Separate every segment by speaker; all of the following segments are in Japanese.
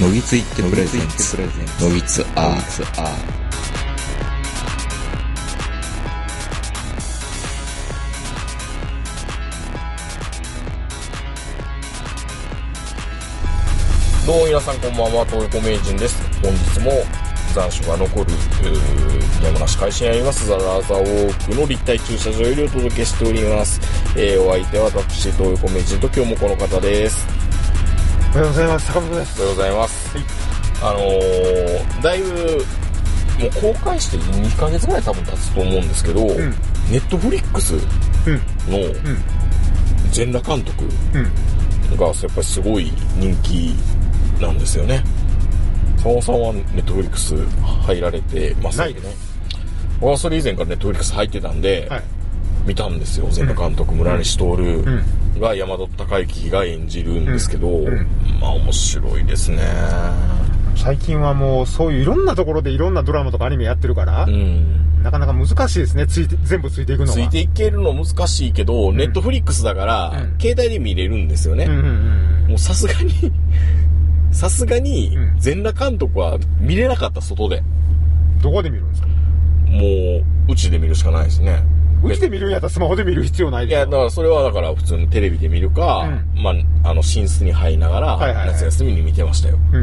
Speaker 1: のぎついってプレゼンツのぎつアーツアー
Speaker 2: どうも皆さんこんばんは東横名人です本日も残暑が残るうー山梨会社にありますザ・ラーザ・ウォークの立体駐車場よりお届けしております、えーお相手は私東横名人と今日もこの方です
Speaker 3: おはようございます坂本で
Speaker 2: お
Speaker 3: す
Speaker 2: はようございます、あのーだいぶもう公開して2ヶ月ぐらい多分経つと思うんですけど、
Speaker 3: ん
Speaker 2: ネットフリックス
Speaker 3: うん
Speaker 2: の全裸監督
Speaker 3: うん
Speaker 2: がやっぱりすごい人気なんですよね坂本さんはネットフリックス入られてます
Speaker 3: ないです
Speaker 2: 僕はそれ以前からネットフリックス入ってたんで、
Speaker 3: はい
Speaker 2: 見たんですよ全裸監督村西徹が山田孝之が演じるんですけど、
Speaker 3: うん
Speaker 2: まあ面白いですね
Speaker 3: 最近はもうそういういろんなところでいろんなドラマとかアニメやってるから、
Speaker 2: うん
Speaker 3: なかなか難しいですねついて全部ついていくのが
Speaker 2: ついていけるの難しいけど、ネットフリックスだから、
Speaker 3: うん
Speaker 2: 携帯で見れるんですよね。
Speaker 3: うんうんうん
Speaker 2: もうさすがに、 さすがに
Speaker 3: う、ん
Speaker 2: 全裸監督は見れなかった外で。
Speaker 3: うんどこで見るんですか
Speaker 2: もう、うちで見るしかないですね。
Speaker 3: うちで見るんやったらスマホで見る必要ない
Speaker 2: い
Speaker 3: でしょ
Speaker 2: や、だからそれはだから普通にテレビで見るか、
Speaker 3: う
Speaker 2: まあ、あの、寝室に入りながら、
Speaker 3: はいはいはい
Speaker 2: 夏休みに見てましたよ。
Speaker 3: う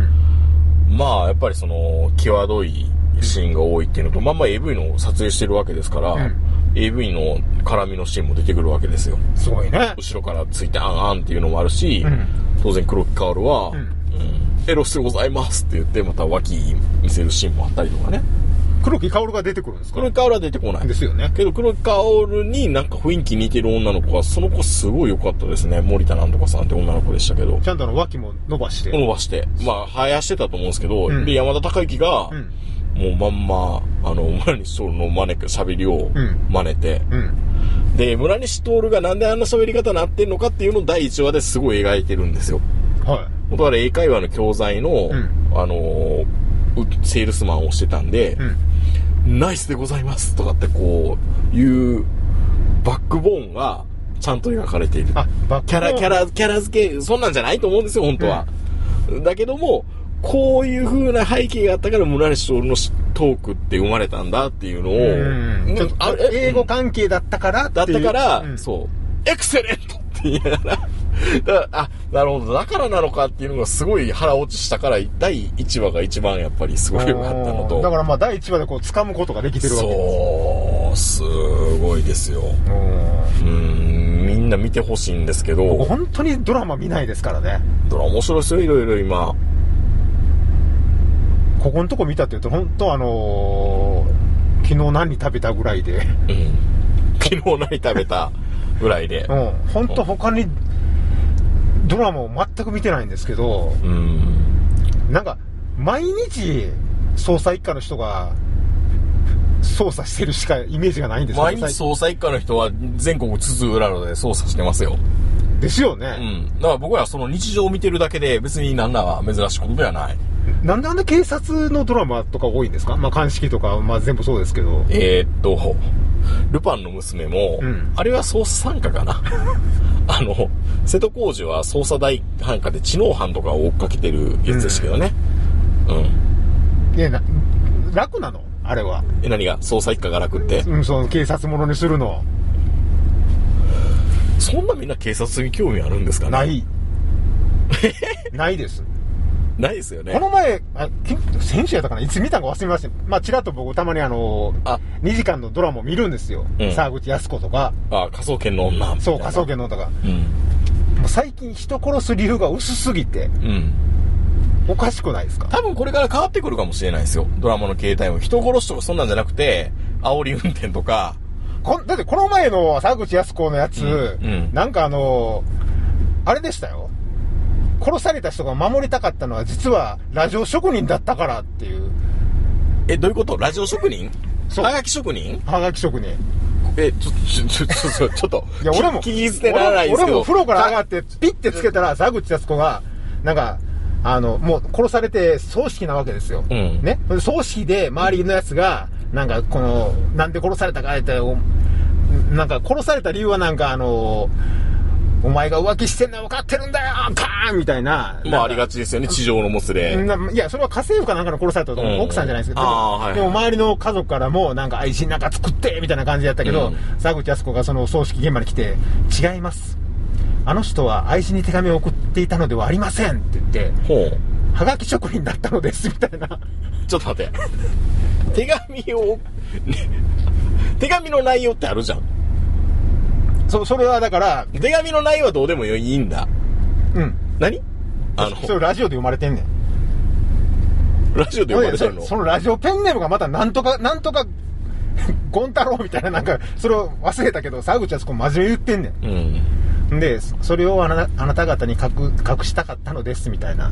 Speaker 3: ん
Speaker 2: まあ、やっぱりその、際どいシーンが多いっていうのと、まあまあ AV の撮影してるわけですから、
Speaker 3: うん
Speaker 2: AV の絡みのシーンも出てくるわけですよ。
Speaker 3: すごいね
Speaker 2: 後ろからついてあんあんっていうのもあるし、
Speaker 3: うん
Speaker 2: 当然黒木薫は、
Speaker 3: うん
Speaker 2: うんエロスでございますって言って、また脇見せるシーンもあったりとかね。
Speaker 3: 黒木薫が出てくるんですか
Speaker 2: 黒木薫は出てこない
Speaker 3: で。すよね
Speaker 2: けど黒木薫になんか雰囲気似てる女の子は、その子すごい良かったですね。森田なんとかさんって女の子でしたけど
Speaker 3: ち。ゃんとあの脇も伸ばして、
Speaker 2: 伸ばして。まあ、生やしてたと思うんですけど、
Speaker 3: うん
Speaker 2: で、山田孝之が、
Speaker 3: うん
Speaker 2: もうまんま、あの、村西徹の真似、喋りを
Speaker 3: うん
Speaker 2: 真似て、
Speaker 3: うん
Speaker 2: で、村西徹がなんであんな喋り方なってんのかっていうのを第1話ですごい描いてるんですよ。
Speaker 3: は
Speaker 2: だから英会話の教材の、
Speaker 3: ん
Speaker 2: あのー、うセールスマンをしてたんで
Speaker 3: い、うん
Speaker 2: ナイスでございますとかってこう、いう、バックボーンがちゃんと描かれている。
Speaker 3: あバック
Speaker 2: キャラ、キャラ、キャラ付け、そんなんじゃないと思うんですよ、本当は。だけども、こういう風な背景があったから、村西徹のしトークって生まれたんだっていうのを、
Speaker 3: うんちょっ
Speaker 2: あ
Speaker 3: と
Speaker 2: れ
Speaker 3: 英語関係だったから
Speaker 2: だったから、
Speaker 3: う
Speaker 2: そう、エクセレントって言いながら、 だあ、なるほど、だからなのかっていうのがすごい腹落ちしたから、第1話が一番やっぱりすごい良かったのと。
Speaker 3: だからまあ第1話でこう掴むことができてるわけです
Speaker 2: そう、すごいですよ。
Speaker 3: うん
Speaker 2: うん、みんな見てほしいんですけど。
Speaker 3: 僕本当にドラマ見ないですからね
Speaker 2: ドラマ面白いですよ、いろいろ今。
Speaker 3: ここのとこ見たって言うと本当あのー昨日何食べたぐらいで
Speaker 2: うん。昨日何食べたぐらいで
Speaker 3: う。ん本当他にドラマを全く見てないんですけど
Speaker 2: うん。
Speaker 3: なんか毎日捜査一課の人が捜査してるしかイメージがないんですよ
Speaker 2: 毎日捜査一課の人は全国津々浦々で捜査してますよ。
Speaker 3: ですよ
Speaker 2: う
Speaker 3: ね、
Speaker 2: ん。だから僕らはその日常を見てるだけで別に何らは珍しいことではない。
Speaker 3: なんであんな警察のドラマとか多いんですか、まあ、鑑識とか、まあ、全部そうですけど
Speaker 2: えーっと、ルパンの娘も、
Speaker 3: うん
Speaker 2: あれは捜査参加かな。 あの、瀬戸康史は捜査大犯科で知能犯とかを追っかけてるやつですけどね。うん。
Speaker 3: ねな楽なのあれは、
Speaker 2: え、何が捜査一課が楽って。
Speaker 3: うん、その警察ものにするの
Speaker 2: そんなみんな警察に興味あるんですかね
Speaker 3: ない ないです
Speaker 2: ないですよね。
Speaker 3: この前、あき先週やったかな、いつ見たか忘れました。まあ、ちらっと僕、たまにあの、
Speaker 2: あ
Speaker 3: 2時間のドラマを見るんですよ。
Speaker 2: うん
Speaker 3: 沢口靖子とか、
Speaker 2: あ、科捜研の女。
Speaker 3: そう、科捜
Speaker 2: 研。
Speaker 3: 研のとか。
Speaker 2: うん。
Speaker 3: もう最近人殺す理由が薄すぎて、
Speaker 2: うん。
Speaker 3: おかしくないですか
Speaker 2: 多分これから変わってくるかもしれないですよ。ドラマの形態も。人殺しとかそんなんじゃなくて、煽り運転とか。
Speaker 3: こんだってこの前の沢口靖子のやつ、
Speaker 2: うんうん
Speaker 3: なんかあの、あれでしたよ。殺された人が守りたかったのは実はラジオ職人だったからっていう、
Speaker 2: え、どういうことラジオ職人
Speaker 3: そう
Speaker 2: はがき職人
Speaker 3: はがき職人。
Speaker 2: え、ちょ、ちょ、ちょ、ちょ、ちょっと。
Speaker 3: いや、俺も、
Speaker 2: 聞き捨てならないですけ
Speaker 3: 俺
Speaker 2: ど。
Speaker 3: も風呂から上が
Speaker 2: っ
Speaker 3: って、ピッてつけたら、沢口靖子が、なんか、あの、もう殺されて葬式なわけですよ。
Speaker 2: うん
Speaker 3: ね。葬式で周りのやつが、なんかこの、なんで殺されたかって、おなんか殺された理由はなんかあの、お前が浮気してんのは分かってるんだよカーンみたいな。
Speaker 2: まあありが
Speaker 3: ち。
Speaker 2: ちですよね、地上のもつれ。
Speaker 3: ないや、それは家政婦かなんかの殺されたと思う、
Speaker 2: うん
Speaker 3: 奥さんじゃないですけど、
Speaker 2: あ
Speaker 3: で
Speaker 2: あ
Speaker 3: も
Speaker 2: はい
Speaker 3: でも周りの家族からも、なんか愛人なんか作ってみたいな感じだったけど、
Speaker 2: うん
Speaker 3: 沢口靖子がその葬式現場に来て、違います、あの人は愛人に手紙を送っていたのではありませんって言って、
Speaker 2: ほう。
Speaker 3: はがき職人だったのですみたいな、
Speaker 2: ちょっと待って。手紙を、手紙の内容ってあるじゃん。
Speaker 3: そそれはだから、
Speaker 2: 手紙の内容はどうでもいいんだ。
Speaker 3: うん、
Speaker 2: 何あの、
Speaker 3: それラジオで読まれてんねん。
Speaker 2: ラジオで呼ばれてる
Speaker 3: ほん
Speaker 2: の
Speaker 3: でそそのラジオペンネームがまたなんとか、 なんとか、ゴン太郎みたいな、なんか、それを忘れたけど、沢口はそこ真面目に言ってんね
Speaker 2: うん。
Speaker 3: ん。んで、それをあなあなた方に隠隠したかったのです、みたいな。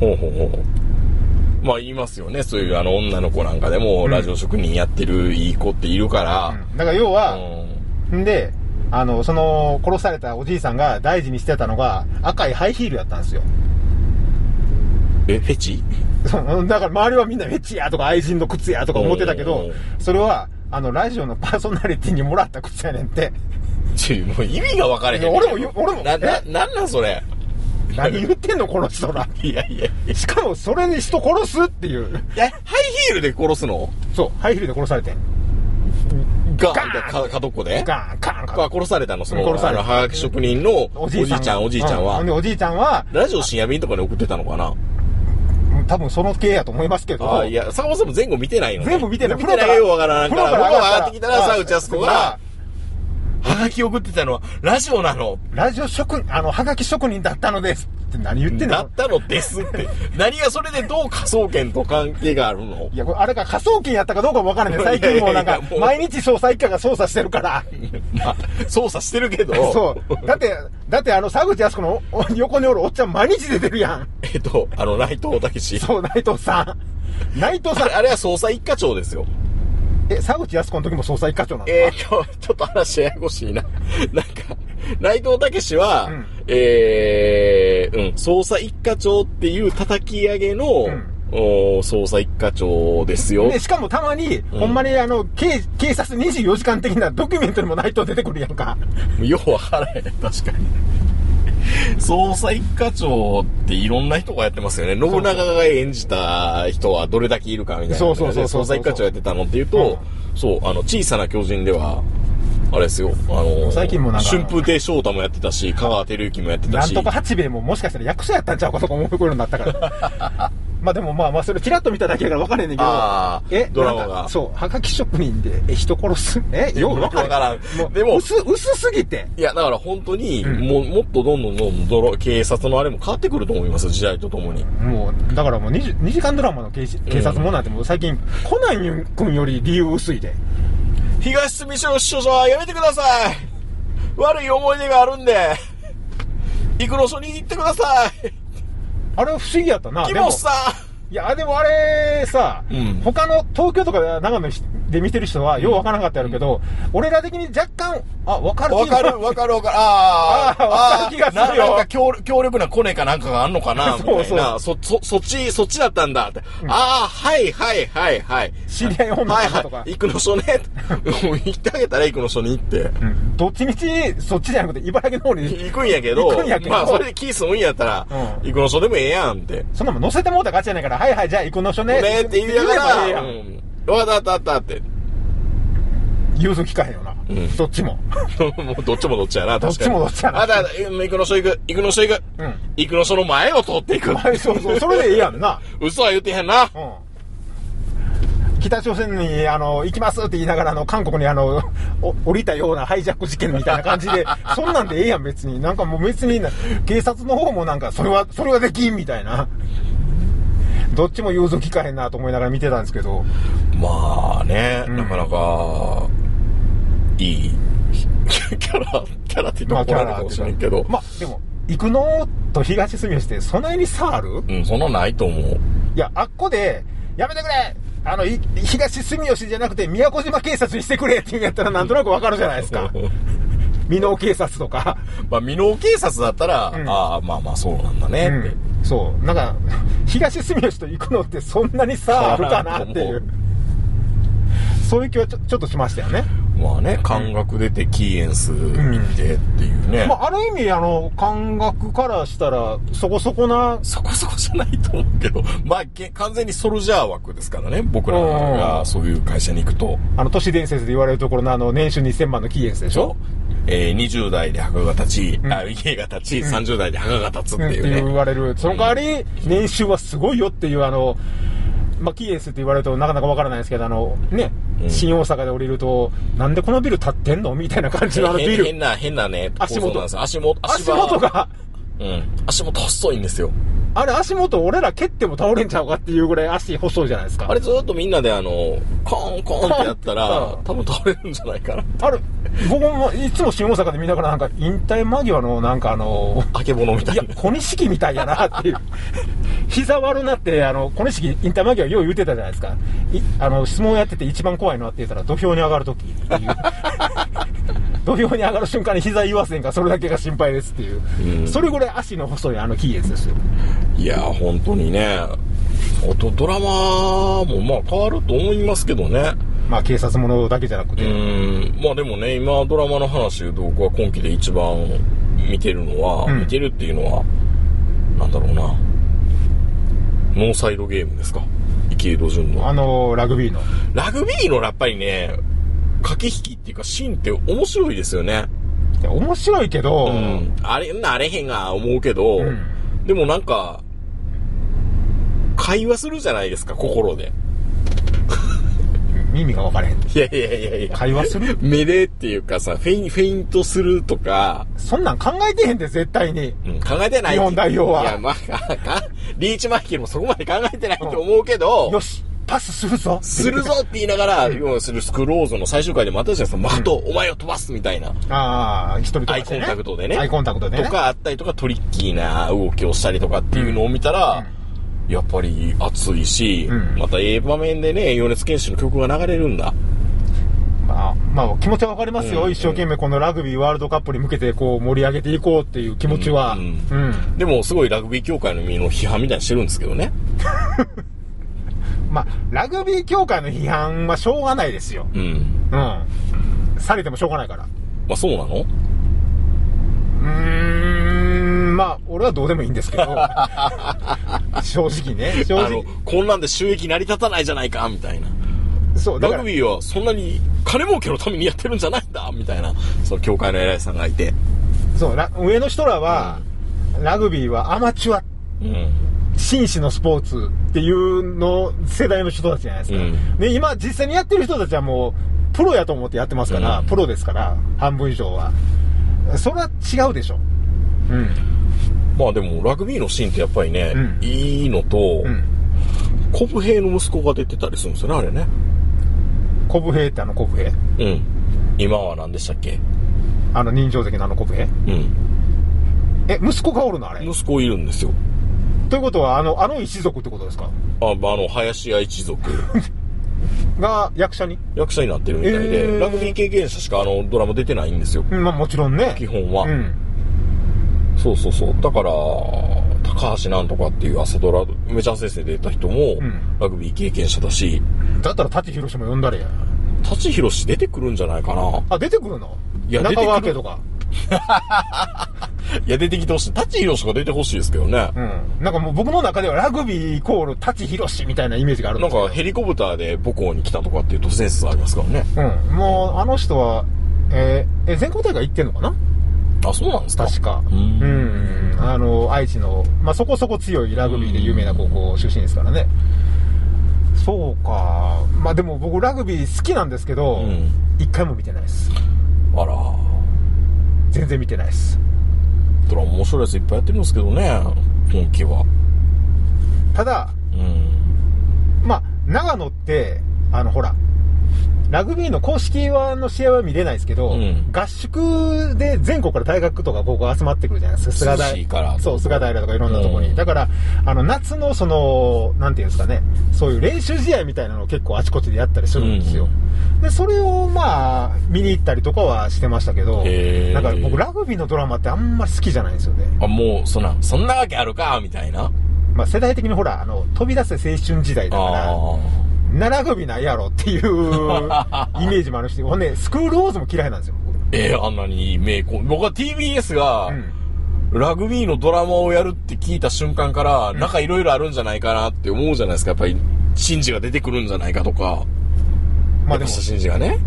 Speaker 2: ほうほうほう。まあ言いますよね。そういうあの女の子なんかでも、
Speaker 3: うん
Speaker 2: ラジオ職人やってるいい子っているから。
Speaker 3: うんだから要は、
Speaker 2: うん
Speaker 3: んで、あの、その、殺されたおじいさんが大事にしてたのが、赤いハイヒールやったんですよ。
Speaker 2: え、フェチ
Speaker 3: そうだから周りはみんな、めっちやとか愛人の靴やとか思ってたけ
Speaker 2: う
Speaker 3: ど
Speaker 2: ん、
Speaker 3: それは、あの、ラジオのパーソナリティにもらった靴やねんって。
Speaker 2: ちもう意味が分かれへん
Speaker 3: いや。俺も言う俺も
Speaker 2: な、な、
Speaker 3: え
Speaker 2: なんなんそれ。
Speaker 3: 何言ってんの、この人ら。
Speaker 2: いやいやいや。
Speaker 3: しかも、それに人殺すっていう。
Speaker 2: え、ハイヒールで殺すの
Speaker 3: そう、ハイヒールで殺されてん。
Speaker 2: ガ
Speaker 3: ガー
Speaker 2: ー
Speaker 3: ン
Speaker 2: ンでか、角っこで
Speaker 3: ガーン、カーン、カ
Speaker 2: ま
Speaker 3: ー
Speaker 2: あ
Speaker 3: ン。
Speaker 2: 殺されたの、その、
Speaker 3: 殺された
Speaker 2: あのはがき職人の
Speaker 3: お
Speaker 2: おじ
Speaker 3: じい
Speaker 2: い
Speaker 3: さん
Speaker 2: ちゃ
Speaker 3: が。
Speaker 2: ん、おじいちゃんは
Speaker 3: うほで、、おじいちゃんは、
Speaker 2: ラジオ深夜便とかに送ってたのかな
Speaker 3: うん多分その系やと思いますけど。
Speaker 2: あいや、坂本さんも前後見てないのね
Speaker 3: 全部見てない。
Speaker 2: 見てないよ、わからんから。
Speaker 3: 風
Speaker 2: 僕
Speaker 3: 呂
Speaker 2: が上がってきたら、
Speaker 3: あ
Speaker 2: 沢口靖子が、はがき送ってたのは、ラジオなの。
Speaker 3: ラジオ職人、あの、はがき職人だったのですって何言ってん
Speaker 2: だ
Speaker 3: の
Speaker 2: ったのですって。何がそれでどう科捜研と関係があるの
Speaker 3: いや、これあれが科捜研やったかどうかもわからない。最近もうな
Speaker 2: いや
Speaker 3: んか
Speaker 2: いやいやも、う
Speaker 3: 毎日捜査一課が捜査してるから。
Speaker 2: まあ、捜査してるけど。
Speaker 3: そう。だって、だってあの、沢口靖子のお横におるおっちゃん毎日出てるやん。
Speaker 2: えっと、あの、内藤武志。
Speaker 3: そう、内藤さん。内藤
Speaker 2: あ
Speaker 3: さ ん
Speaker 2: れ、あれは捜査一課長ですよ。
Speaker 3: え、沢口靖子の時も捜査一課長なの
Speaker 2: えー、今日、ちょっと 話ややこしいな。 なんか、内藤武志は、
Speaker 3: うん
Speaker 2: えー、うん、捜査一課長っていう叩き上げの、
Speaker 3: ん
Speaker 2: おー捜査一課長ですよ。
Speaker 3: で、しかもたまに、
Speaker 2: ん
Speaker 3: ほんまにあの、警警察24時間的なドキュメントにも内藤出てくるやんか。
Speaker 2: ようわからへん、確かに。捜査一課長っていろんな人がやってますよね。信長が演じた人はどれだけいるかみたいな、
Speaker 3: そうそうそうそう
Speaker 2: 捜査一課長やってたのっていうと、そう、あの、小さな巨人では、あれですよ、あの、
Speaker 3: 最近もなんか
Speaker 2: 春風亭昇太もやってたし、香川照之もやってた
Speaker 3: な
Speaker 2: し。
Speaker 3: んとか八兵衛ももしかしたら役所やったんちゃうかとか思うことになったから。 まあでもまあまあ、それチラッと見ただけやから分からへんねんけど。
Speaker 2: あードラマが
Speaker 3: なんかそう、はがき職人で、え、人殺す。 え、よう分からん。
Speaker 2: わからん
Speaker 3: もう
Speaker 2: でも
Speaker 3: 薄、薄すぎて。
Speaker 2: いや、だから本当に、
Speaker 3: ん
Speaker 2: もうもっとどんどんどんどん泥警察のあれも変わってくると思います、時代とともに。
Speaker 3: もう、だからもう 2, 時間ドラマの警視警察もんなんてもう最近、コナン君より理由薄いで。
Speaker 2: 東住所所長はやめてください悪い思い出があるんで、行くの所に行ってください
Speaker 3: あれは不思議やったな。
Speaker 2: 木
Speaker 3: でも
Speaker 2: 本さ
Speaker 3: いや、でもあれさ、
Speaker 2: うん
Speaker 3: 他の東京とか長野で見てる人はようわからなかったやろうけど、俺ら的に若干、あ、わか
Speaker 2: ん
Speaker 3: る
Speaker 2: わ
Speaker 3: 気が
Speaker 2: かる、わかる、わかる。あー
Speaker 3: あーわかる気がするよ
Speaker 2: あーななんか強強力なコネかなんかがあんのかなみたいな。
Speaker 3: そうそう
Speaker 2: そ、そ、そっち、そっちだったんだって。ああ、はい、はい、はい、はい。
Speaker 3: 知り合い女
Speaker 2: はい、
Speaker 3: の子
Speaker 2: は
Speaker 3: とか
Speaker 2: い。。行くの所ね。もう行ってあげたら行くの所に行って。
Speaker 3: うんどっちみち、そっちじゃなくて、茨城の方に、
Speaker 2: 行くんやけど、
Speaker 3: 行くんやけど
Speaker 2: まあそれでキーすんやったら、
Speaker 3: うん
Speaker 2: 行くの所でもええやんって。
Speaker 3: そんなもん乗せてもうたら勝ちやないから、はいはい、じゃあ行くのしょね。
Speaker 2: ねって言いなが
Speaker 3: 言えばええや
Speaker 2: ら、
Speaker 3: ん
Speaker 2: うん。わかったわかったわかったって。
Speaker 3: 融通聞かへんよな。
Speaker 2: ん
Speaker 3: どっちも。
Speaker 2: もうどっちもどっちやな、確かに。
Speaker 3: どっちもどっちやな
Speaker 2: あだ、だうん行くの所行く、行くの所行く。
Speaker 3: うん
Speaker 2: 行くの所の前を通っていく。
Speaker 3: はい、そうそう、それでええやんな。
Speaker 2: 嘘は言ってへんな。
Speaker 3: うん北朝鮮にあの行きますって言いながらあの韓国にあのお降りたようなハイジャック事件みたいな感じ でそんなんでええやん別になんかもう別にな警察の方もなんかそれはそれはできんみたいなどっちも融通聞かへんなと思いながら見てたんですけど
Speaker 2: まあね、
Speaker 3: ん
Speaker 2: なかなか、いい、キャラ、キャラって言って怒られるかもしれんけど。
Speaker 3: まあでも行くのと東住吉ってそないに差ある
Speaker 2: うん、そんなないと思う。
Speaker 3: いやあっこでやめてくれあのい東住吉じゃなくて宮古島警察にしてくれって言うんやったらなんとなくわかるじゃないです か美濃警察とか
Speaker 2: まあ、未納警察だったら、
Speaker 3: うん
Speaker 2: ああ、まあまあそうなんだねって。
Speaker 3: うん、そうなんか東住吉と行くのってそんなにさあるかなってい
Speaker 2: 変わらんと
Speaker 3: う
Speaker 2: 思
Speaker 3: そういう気はちょちょっとしましたよね
Speaker 2: まあね、感覚出て、キーエンス見てっていうね。
Speaker 3: まあ、ある意味、あの、感覚からしたら、そこそこな、
Speaker 2: そこそこじゃないと思うけど、 まあ、け完全にソルジャー枠ですからね、僕らがそういう会社に行くと。
Speaker 3: あの、都市伝説で言われるところの、あの、年収2000万のキーエンスで
Speaker 2: で
Speaker 3: し
Speaker 2: し
Speaker 3: ょ
Speaker 2: ょえー、20代で墓が立ち、
Speaker 3: ん
Speaker 2: あ、家が立ち、30代で墓が立つって
Speaker 3: うんって
Speaker 2: いうね。
Speaker 3: 言われる。その代わり、年収はすごいよっていう、あの、まあ、キーエンスって言われるとなかなかわからないですけど、あの、ね
Speaker 2: う、ん
Speaker 3: 新大阪で降りると、なんでこのビル建ってんのみたいな感じのあのビ
Speaker 2: 変変
Speaker 3: ル。
Speaker 2: な、変なね、
Speaker 3: 足元
Speaker 2: 構造なんですよ足元、
Speaker 3: 足
Speaker 2: 場
Speaker 3: 元。が、
Speaker 2: うん。足元細いんですよ。
Speaker 3: あれ足元俺ら蹴っても倒れんちゃうかっていうぐらい足細いじゃないですか。
Speaker 2: あれずっとみんなであの、コーンコーンってやったら
Speaker 3: うん、
Speaker 2: 多分倒れるんじゃないかな。
Speaker 3: ある僕もいつも新大阪で見ながらなんか引退間際のなんかあの
Speaker 2: あけぼのみたい
Speaker 3: いや
Speaker 2: な。
Speaker 3: 小錦みたいやなっていう膝悪なってあの小錦引退間際よう言うてたじゃないですかいあの質問やってて一番怖いのはって言ったら土俵に上がるときっていう土俵に上がる瞬間に膝言わせんかそれだけが心配ですっていう、
Speaker 2: うん
Speaker 3: それぐらい足の細いあのキーエスですよ
Speaker 2: いや、本当にね、音ドラマもまあ変わると思いますけどね。
Speaker 3: まあ警察ものだけじゃなく
Speaker 2: う
Speaker 3: て、
Speaker 2: ん、まあでもね、今ドラマの話で僕は今期で一番見てるのは、
Speaker 3: うん
Speaker 2: 見てるっていうのは、なんだろうな、ノーサイドゲームですか。池井戸潤
Speaker 3: あ
Speaker 2: の。
Speaker 3: のラグビーの
Speaker 2: ラグビーのやっぱりね、駆け引きっていうかシーンって面白いですよね。
Speaker 3: いや面白いけど、
Speaker 2: うん、あれ、なれへんが思うけど、
Speaker 3: うん
Speaker 2: でもなんか、会話するじゃないですか、心で。
Speaker 3: 耳が分からへん
Speaker 2: いやいやいやいや。
Speaker 3: 会話する
Speaker 2: 目でっていうかさ、フェイン、フェイントするとか、
Speaker 3: そんなん考えてへんで絶対に
Speaker 2: うん考えてない。
Speaker 3: 日本代表はい
Speaker 2: や、まあ、かリーチマイケルもそこまで考えてないと思うけど、
Speaker 3: よし、パスするぞ。
Speaker 2: するぞって言いながら、要するスクローズの最終回でもあったじゃないですか、的、お前を飛ばすみたいな。
Speaker 3: ああ、一人とか
Speaker 2: ア
Speaker 3: ね
Speaker 2: イコンタクトでね。
Speaker 3: アイコンタクトでね。
Speaker 2: とかあったりとか、トリッキーな動きをしたりとかっていうのを見たら、やっぱり熱いし、
Speaker 3: うん
Speaker 2: またええ場面でね、米津玄師の曲が流れるんだ。
Speaker 3: まあ、まあ、気持ちはわかりますよ、
Speaker 2: うん
Speaker 3: 一生懸命このラグビーワールドカップに向けてこう盛り上げていこうっていう気持ちは。
Speaker 2: う
Speaker 3: うんん。
Speaker 2: でも、すごいラグビー協会の身の批判みたいにしてるんですけどね。
Speaker 3: まあ、ラグビー協会の批判はしょうがないですよ。
Speaker 2: うん。
Speaker 3: うん。されてもしょうがないから。
Speaker 2: まあ、そうなの
Speaker 3: うーん、まあ、俺はどうでもいいんですけ ど。正直ね、正
Speaker 2: あの
Speaker 3: 直。、
Speaker 2: こんなんで収益成り立たないじゃないか、みたいな。
Speaker 3: そう、だか
Speaker 2: ラ
Speaker 3: ら
Speaker 2: グ、ビーはそんなに金儲けのためにやってるんじゃないんだ、みたいな、その協会の偉いさんがいて。
Speaker 3: そう、ラ上の人らは、ラグビーはアマチュア
Speaker 2: うん。
Speaker 3: 紳士のスポーツっていうの世代の人たちじゃないですか、
Speaker 2: うん
Speaker 3: で今実際にやってる人たちはもうプロやと思ってやってますから、
Speaker 2: うん
Speaker 3: プロですから半分以上はそれは違うでしょうん
Speaker 2: まあでも、ラグビーのシーンってやっぱりね、
Speaker 3: うん
Speaker 2: いいのと、
Speaker 3: うん
Speaker 2: コブヘイの息子が出てたりするんですよね、あれね。
Speaker 3: コブヘイってあのコブヘイ
Speaker 2: うん。今は何でしたっけ
Speaker 3: あの人情関のあのコブヘイ
Speaker 2: うん。
Speaker 3: え息子がおるのあれ
Speaker 2: 息子いるんですよ。
Speaker 3: ということはあのあの一族ってことですか
Speaker 2: あ、まあ、あの、林家一族。
Speaker 3: が役者に、
Speaker 2: 役者になってるみたいで、
Speaker 3: えー
Speaker 2: ラグビー経験者しかあの、ドラマ出てないんですよ。
Speaker 3: うんまあもちろんね
Speaker 2: 基本は。
Speaker 3: うん
Speaker 2: そうそうそう。だから、高橋なんとかっていう朝ドラ、梅ちゃん先生で出た人も、
Speaker 3: ん
Speaker 2: ラグビー経験者だし、
Speaker 3: だったら舘ひろしも呼んだれや
Speaker 2: 舘ひろし出てくるんじゃないかな。
Speaker 3: あ出てくるの
Speaker 2: いや
Speaker 3: 中川
Speaker 2: 出て
Speaker 3: 家
Speaker 2: くる
Speaker 3: とか
Speaker 2: いや、出てきてほしい。舘ひろしが出てほしいですけどね。
Speaker 3: うんなんかもう僕の中ではラグビーイコール舘ひろしみたいなイメージがあるん
Speaker 2: な
Speaker 3: で
Speaker 2: ん
Speaker 3: すよ
Speaker 2: かヘリコプターで母校に来たとかっていう都市伝説ありますからね。
Speaker 3: うん、もうあの人は、えーえ全国大会行ってんのかな
Speaker 2: あ、そうなんですか
Speaker 3: 確か。
Speaker 2: う
Speaker 3: うんん、あの、愛知の、まあ、そこそこ強いラグビーで有名な高校出身ですからね。そうか。まあ、でも僕ラグビー好きなんですけど
Speaker 2: うん、
Speaker 3: 一、回も見てないです。
Speaker 2: あら。
Speaker 3: 全然見てないです。
Speaker 2: ドラマ面白いやついっぱいやってるんですけどね、今期は。
Speaker 3: ただ、
Speaker 2: うん。
Speaker 3: まあ、長野って、あの、ほら、ラグビーの公式はの試合は見れないですけど、
Speaker 2: うん
Speaker 3: 合宿で全国から大学とか高校集まってくるじゃないですか、菅
Speaker 2: 涼しいから
Speaker 3: 平そう菅平とかいろんなとこに、
Speaker 2: うん
Speaker 3: だからあの夏のその、なんていうんですかね、そういう練習試合みたいなのを結構あちこちでやったりするんですよ、でそれをまあ、見に行ったりとかはしてましたけど
Speaker 2: へー、
Speaker 3: なんか僕、ラグビーのドラマってあんまり好きじゃないんですよね。
Speaker 2: あ、もう、そんな、そんなわけあるか、みたいな。
Speaker 3: まあ、世代的にほらあの飛び出せ青春時代だ
Speaker 2: あ
Speaker 3: から
Speaker 2: あ。
Speaker 3: 奈良首ないやろっ ていうイメージもあるし、ほんで、スクールウォーズも嫌いなんですよ、僕
Speaker 2: えー、あんなに名コン。僕は TBS が、
Speaker 3: うん
Speaker 2: ラグビーのドラマをやるって聞いた瞬間から、なんかいろいろあるんじゃないかなって思うじゃないですか。やっぱり、シンジが出てくるんじゃないかとか、
Speaker 3: まあ
Speaker 2: 山
Speaker 3: でも、
Speaker 2: 下シンジがね。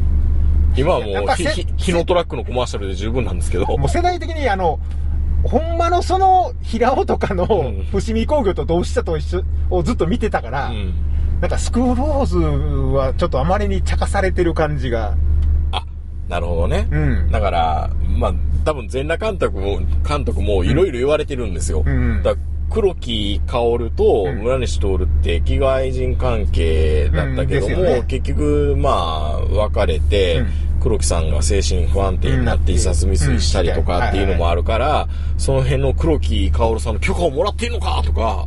Speaker 2: 今は
Speaker 3: や
Speaker 2: も
Speaker 3: っ
Speaker 2: う
Speaker 3: ぱ、
Speaker 2: ひ、
Speaker 3: せ
Speaker 2: ひ、日のトラックのコマーシャルで十分なんですけど。
Speaker 3: もう世代的に、あの、ほんまのその、平尾とかの
Speaker 2: うん、
Speaker 3: 伏見工業と同志社と一緒をずっと見てたから、
Speaker 2: うん。
Speaker 3: なんかスクールウォーズはちょっとあまりに茶化されてる感じが、
Speaker 2: あ、なるほどね。
Speaker 3: うん
Speaker 2: だから、まあ、多分全裸監督も、監督もいろいろ言われてるんですよ。
Speaker 3: うん
Speaker 2: だから黒木薫と
Speaker 3: うん
Speaker 2: 村西徹って敵が愛人関係だったけども、
Speaker 3: うんですよね
Speaker 2: 結局、まあ、別れて、
Speaker 3: うん
Speaker 2: 黒木さんが精神不安定になっ
Speaker 3: う
Speaker 2: て
Speaker 3: ん
Speaker 2: 自殺未遂したりと
Speaker 3: うん
Speaker 2: かっていうのもあるから、その辺の黒木薫さんの許可をもらってんのかと か、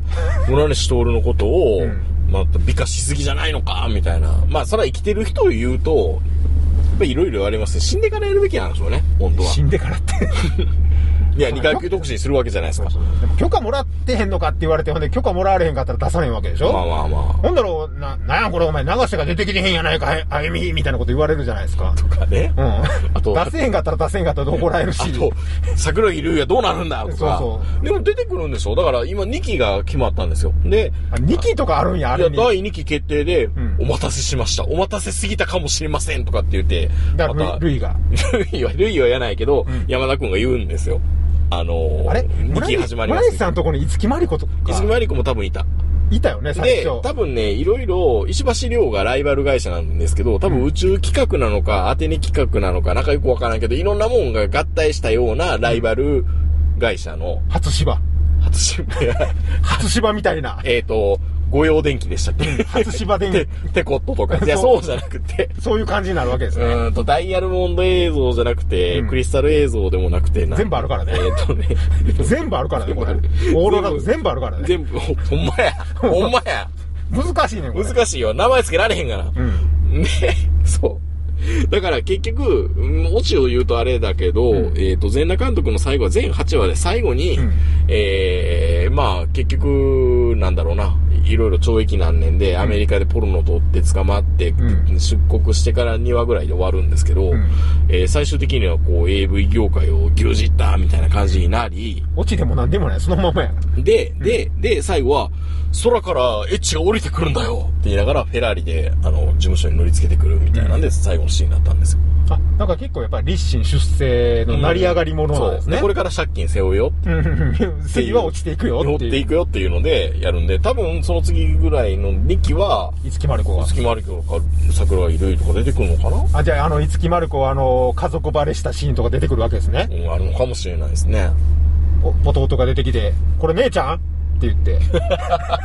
Speaker 2: 村西徹のことを、
Speaker 3: うん
Speaker 2: まあ、美化しすぎじゃないのかみたいな。まあ、それは生きてる人を言うと、やっぱりいろいろ言われますね死んでからやるべきなんでしょうね、本当は。
Speaker 3: 死んでからって。
Speaker 2: いや、二階級特進するわけじゃないですか。
Speaker 3: でも許可もらってへんのかって言われて、ほんで許可もらわれへんかったら出されへんわけでしょ、
Speaker 2: まあまあま
Speaker 3: ほんだろう、な、なんやこれお前、流瀬が出てきてへんやないか、ああゆみ、みたいなこと言われるじゃないですか。
Speaker 2: あ。かね。
Speaker 3: うん。
Speaker 2: あと
Speaker 3: 出せへんかったら出せへんかったら怒られるし。
Speaker 2: あと、桜木龍也どうなるんだとか。
Speaker 3: そう
Speaker 2: でも出てくるんでしょだから今2期が決まったんですよ。で、
Speaker 3: あ2期とかあるんや、あ
Speaker 2: いや、
Speaker 3: るに。だ
Speaker 2: 第2期決定で、
Speaker 3: ん
Speaker 2: お待たせしました。お待たせすぎたかもしれませんとかって言って、
Speaker 3: か
Speaker 2: ま
Speaker 3: ら
Speaker 2: た、
Speaker 3: ルイ、ルイが。
Speaker 2: ルイは、ルイはやないけど、
Speaker 3: ん
Speaker 2: 山田くんが言うんですよ。あのー、
Speaker 3: あれ
Speaker 2: ?2 期始まりま
Speaker 3: 村
Speaker 2: す
Speaker 3: 西。さんのとこに五木まりことか。
Speaker 2: 泉真理子も多分いた。
Speaker 3: いたよね、最
Speaker 2: で、
Speaker 3: 初。
Speaker 2: 多分ね、いろいろ、石橋亮がライバル会社なんですけど、多分宇宙企画なのか、アテネ企画なのか、なんかよくわからんけど、いろんなもんが合体したようなライバル会社の、
Speaker 3: 初芝。
Speaker 2: 初出 版
Speaker 3: 初芝みたいな。
Speaker 2: えっと、御用電機でした っけ
Speaker 3: 初芝で
Speaker 2: テ、テコットとか。いや、
Speaker 3: そ
Speaker 2: そううじゃなくて、
Speaker 3: そういう感じになるわけです
Speaker 2: う
Speaker 3: ね。
Speaker 2: ーんと、ダイヤモンド映像じゃなくて、
Speaker 3: うん
Speaker 2: クリスタル映像でもなくて、なん
Speaker 3: 全部あるからね
Speaker 2: えっ、とね、
Speaker 3: 全部あるからね、これ。オ
Speaker 2: 全部ある
Speaker 3: ーロラ全部あるからね。
Speaker 2: 全部、ほほんまや、ほんまや。
Speaker 3: 難しいね、これ。
Speaker 2: 難しいよ。名前つけられへんがな。
Speaker 3: ん
Speaker 2: ね、 そう。だから結局、うんオチを言うとあれだけど、
Speaker 3: ん
Speaker 2: えっ、と、全裸監督の最後は全8話で最後に、
Speaker 3: うん
Speaker 2: ええまあ結局、なんだろうな、いろいろ懲役何年で、アメリカでポルノ取って捕まって、
Speaker 3: うん
Speaker 2: 出国してから2話ぐらいで終わるんですけど、
Speaker 3: ん
Speaker 2: えー最終的にはこう AV 業界を牛耳ったみたいな感じになり、
Speaker 3: 落ちでもなんでもない、そのままや。
Speaker 2: で、で、で、最後は、空からエッチが降りてくるんだよって言いながら、フェラーリで、あの、事務所に乗り付けてくるみたいなんで、最後のシーンだったんですよ。
Speaker 3: あ、なんか結構やっぱり立身出世の成り上がり者なんです
Speaker 2: そう
Speaker 3: ね。
Speaker 2: これから借金背負うよっ
Speaker 3: うんうんうん次は落ちていく
Speaker 2: て、
Speaker 3: よ
Speaker 2: 乗っ
Speaker 3: って
Speaker 2: て
Speaker 3: い。
Speaker 2: いうくよっていうので、やるんで、多分、その次ぐらいの2期は、
Speaker 3: 五木まり子が。
Speaker 2: 月回りとか、桜がいるとか出てくるのかな
Speaker 3: あ、じゃあ、あの、五木まる子は、あの、家族バレしたシーンとか出てくるわけですね。
Speaker 2: うん、あるのかもしれないですね。
Speaker 3: お弟が出てきて、これ姉ちゃんって言って。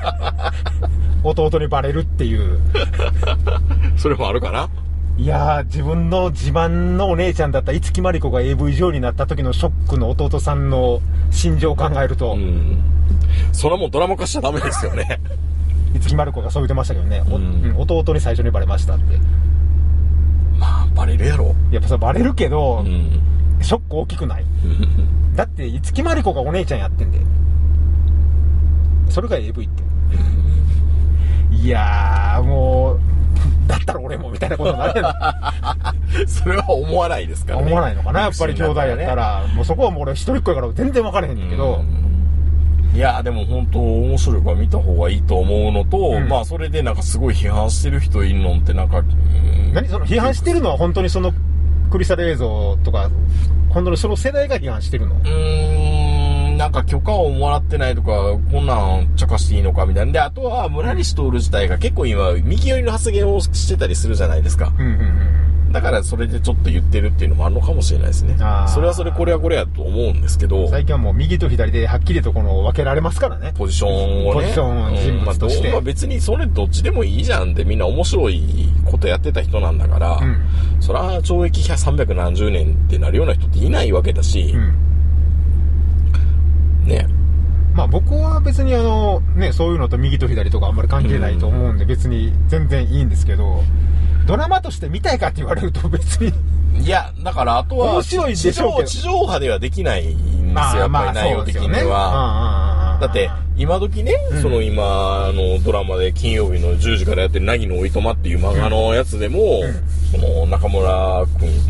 Speaker 3: 弟にバレるっていう。
Speaker 2: それもあるかない
Speaker 3: やー、自分の自慢のお姉ちゃんだった五木まり子が AV 上になった時のショックの弟さんの心情を考える
Speaker 2: う
Speaker 3: と、
Speaker 2: ん。それはもうドラマ化しちゃダメですよね。
Speaker 3: 五木まる子がそう言ってましたけどね、お
Speaker 2: うん
Speaker 3: うん弟に最初にバレましたって。
Speaker 2: まあ、バレるやろ。
Speaker 3: やっぱそれバレるけど、
Speaker 2: うん。
Speaker 3: ショック大きくないだって五木まり子がお姉ちゃんやってんでそれが AV っていやーもうだったら俺もみたいなことになる や
Speaker 2: それは思わないですか
Speaker 3: ん
Speaker 2: らね。
Speaker 3: 思わないのかなやっぱり兄弟やっ
Speaker 2: ね
Speaker 3: たらもうそこはもう俺一人っ子やから全然分からへんねんけど、
Speaker 2: いやでも本当面白いから見た方がいいと思うのと、
Speaker 3: ん
Speaker 2: まあそれでなんかすごい批判してる人いるのってなんか、うん
Speaker 3: 何その批判してるのは本当にそのクリスタル映像とか本当にその世代が批判してるの
Speaker 2: うーんなんか許可をもらってないとかこんなん茶化していいのかみたいなであとは村西徹自体が結構今右寄りの発言をしてたりするじゃないですか
Speaker 3: うんうんうん
Speaker 2: だからそれでちょっと言ってるっていうのもあるのかもしれないですね
Speaker 3: あー
Speaker 2: それはそれこれはこれやと思うんですけど
Speaker 3: 最近はもう右と左ではっきりとこの分けられますからね
Speaker 2: ポジションをね。
Speaker 3: ポジションを人物として
Speaker 2: うんまあどうまあ別にそれどっちでもいいじゃんってみんな面白いことやってた人なんだから、
Speaker 3: うん
Speaker 2: そら懲役370年ってなるような人っていないわけだし
Speaker 3: う、ん
Speaker 2: ね。
Speaker 3: まあ僕は別にあの、ね、そういうのと右と左とかあんまり関係ないと思うんで、別に全然いいんですけど、ドラマとして見たいかって言われると 別に、
Speaker 2: いや、だからあとは、
Speaker 3: 面白いんでしょうけど
Speaker 2: 地上地上波ではできないんですよ、やっぱり内容的には。
Speaker 3: まあまあそうですよねうんうんうんうん
Speaker 2: だって、今時ね、
Speaker 3: うん
Speaker 2: その今あのドラマで金曜日の10時からやってる「凪のおいとま」っていう漫画のやつでも、その中村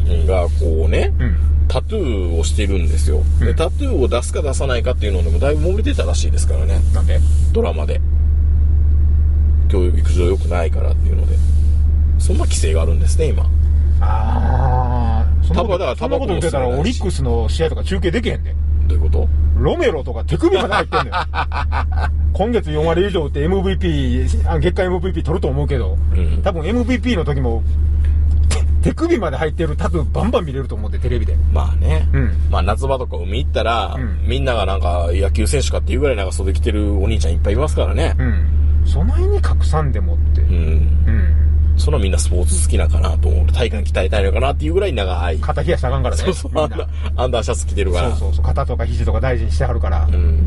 Speaker 2: 君がこうね、
Speaker 3: うん
Speaker 2: タトゥーをしてるんですよ、
Speaker 3: う
Speaker 2: で
Speaker 3: ん
Speaker 2: タトゥーを出すか出さないかっていうのでもだいぶ揉めてたらしいですからね
Speaker 3: なんで
Speaker 2: ドラマで教育上良くないからっていうのでそんな規制があるんですね今
Speaker 3: ああそんなこ
Speaker 2: タバだ
Speaker 3: とそんなこと言
Speaker 2: タバコも吸えないし
Speaker 3: ってたらオリックスの試合とか中継できへんで
Speaker 2: どういうこと
Speaker 3: ロメロとか手首まで 入ってんのよ今月4割以上打って MVP あ月間 MVP 取ると思うけど、
Speaker 2: うん
Speaker 3: 多分 MVP の時も手手首まで入ってるタトゥーバンバン見れると思ってテレビで
Speaker 2: まあね、
Speaker 3: うん
Speaker 2: まあ夏場とか海行ったら、
Speaker 3: うん
Speaker 2: みんながなんか野球選手かっていうぐらいなんか袖着てるお兄ちゃんいっぱいいますからね
Speaker 3: うんそないに隠さんでもって
Speaker 2: うん、
Speaker 3: うん
Speaker 2: そんなみんなスポーツ好きなんかなと思う体幹鍛えたいのかなっていうぐらい長い
Speaker 3: 肩冷やしたらあかんからね
Speaker 2: そうそう
Speaker 3: み
Speaker 2: ア
Speaker 3: ん
Speaker 2: ン
Speaker 3: な
Speaker 2: ダーアンダーシャツ着てるから
Speaker 3: そうそうそう肩とか肘とか大事にしてはるから、
Speaker 2: うん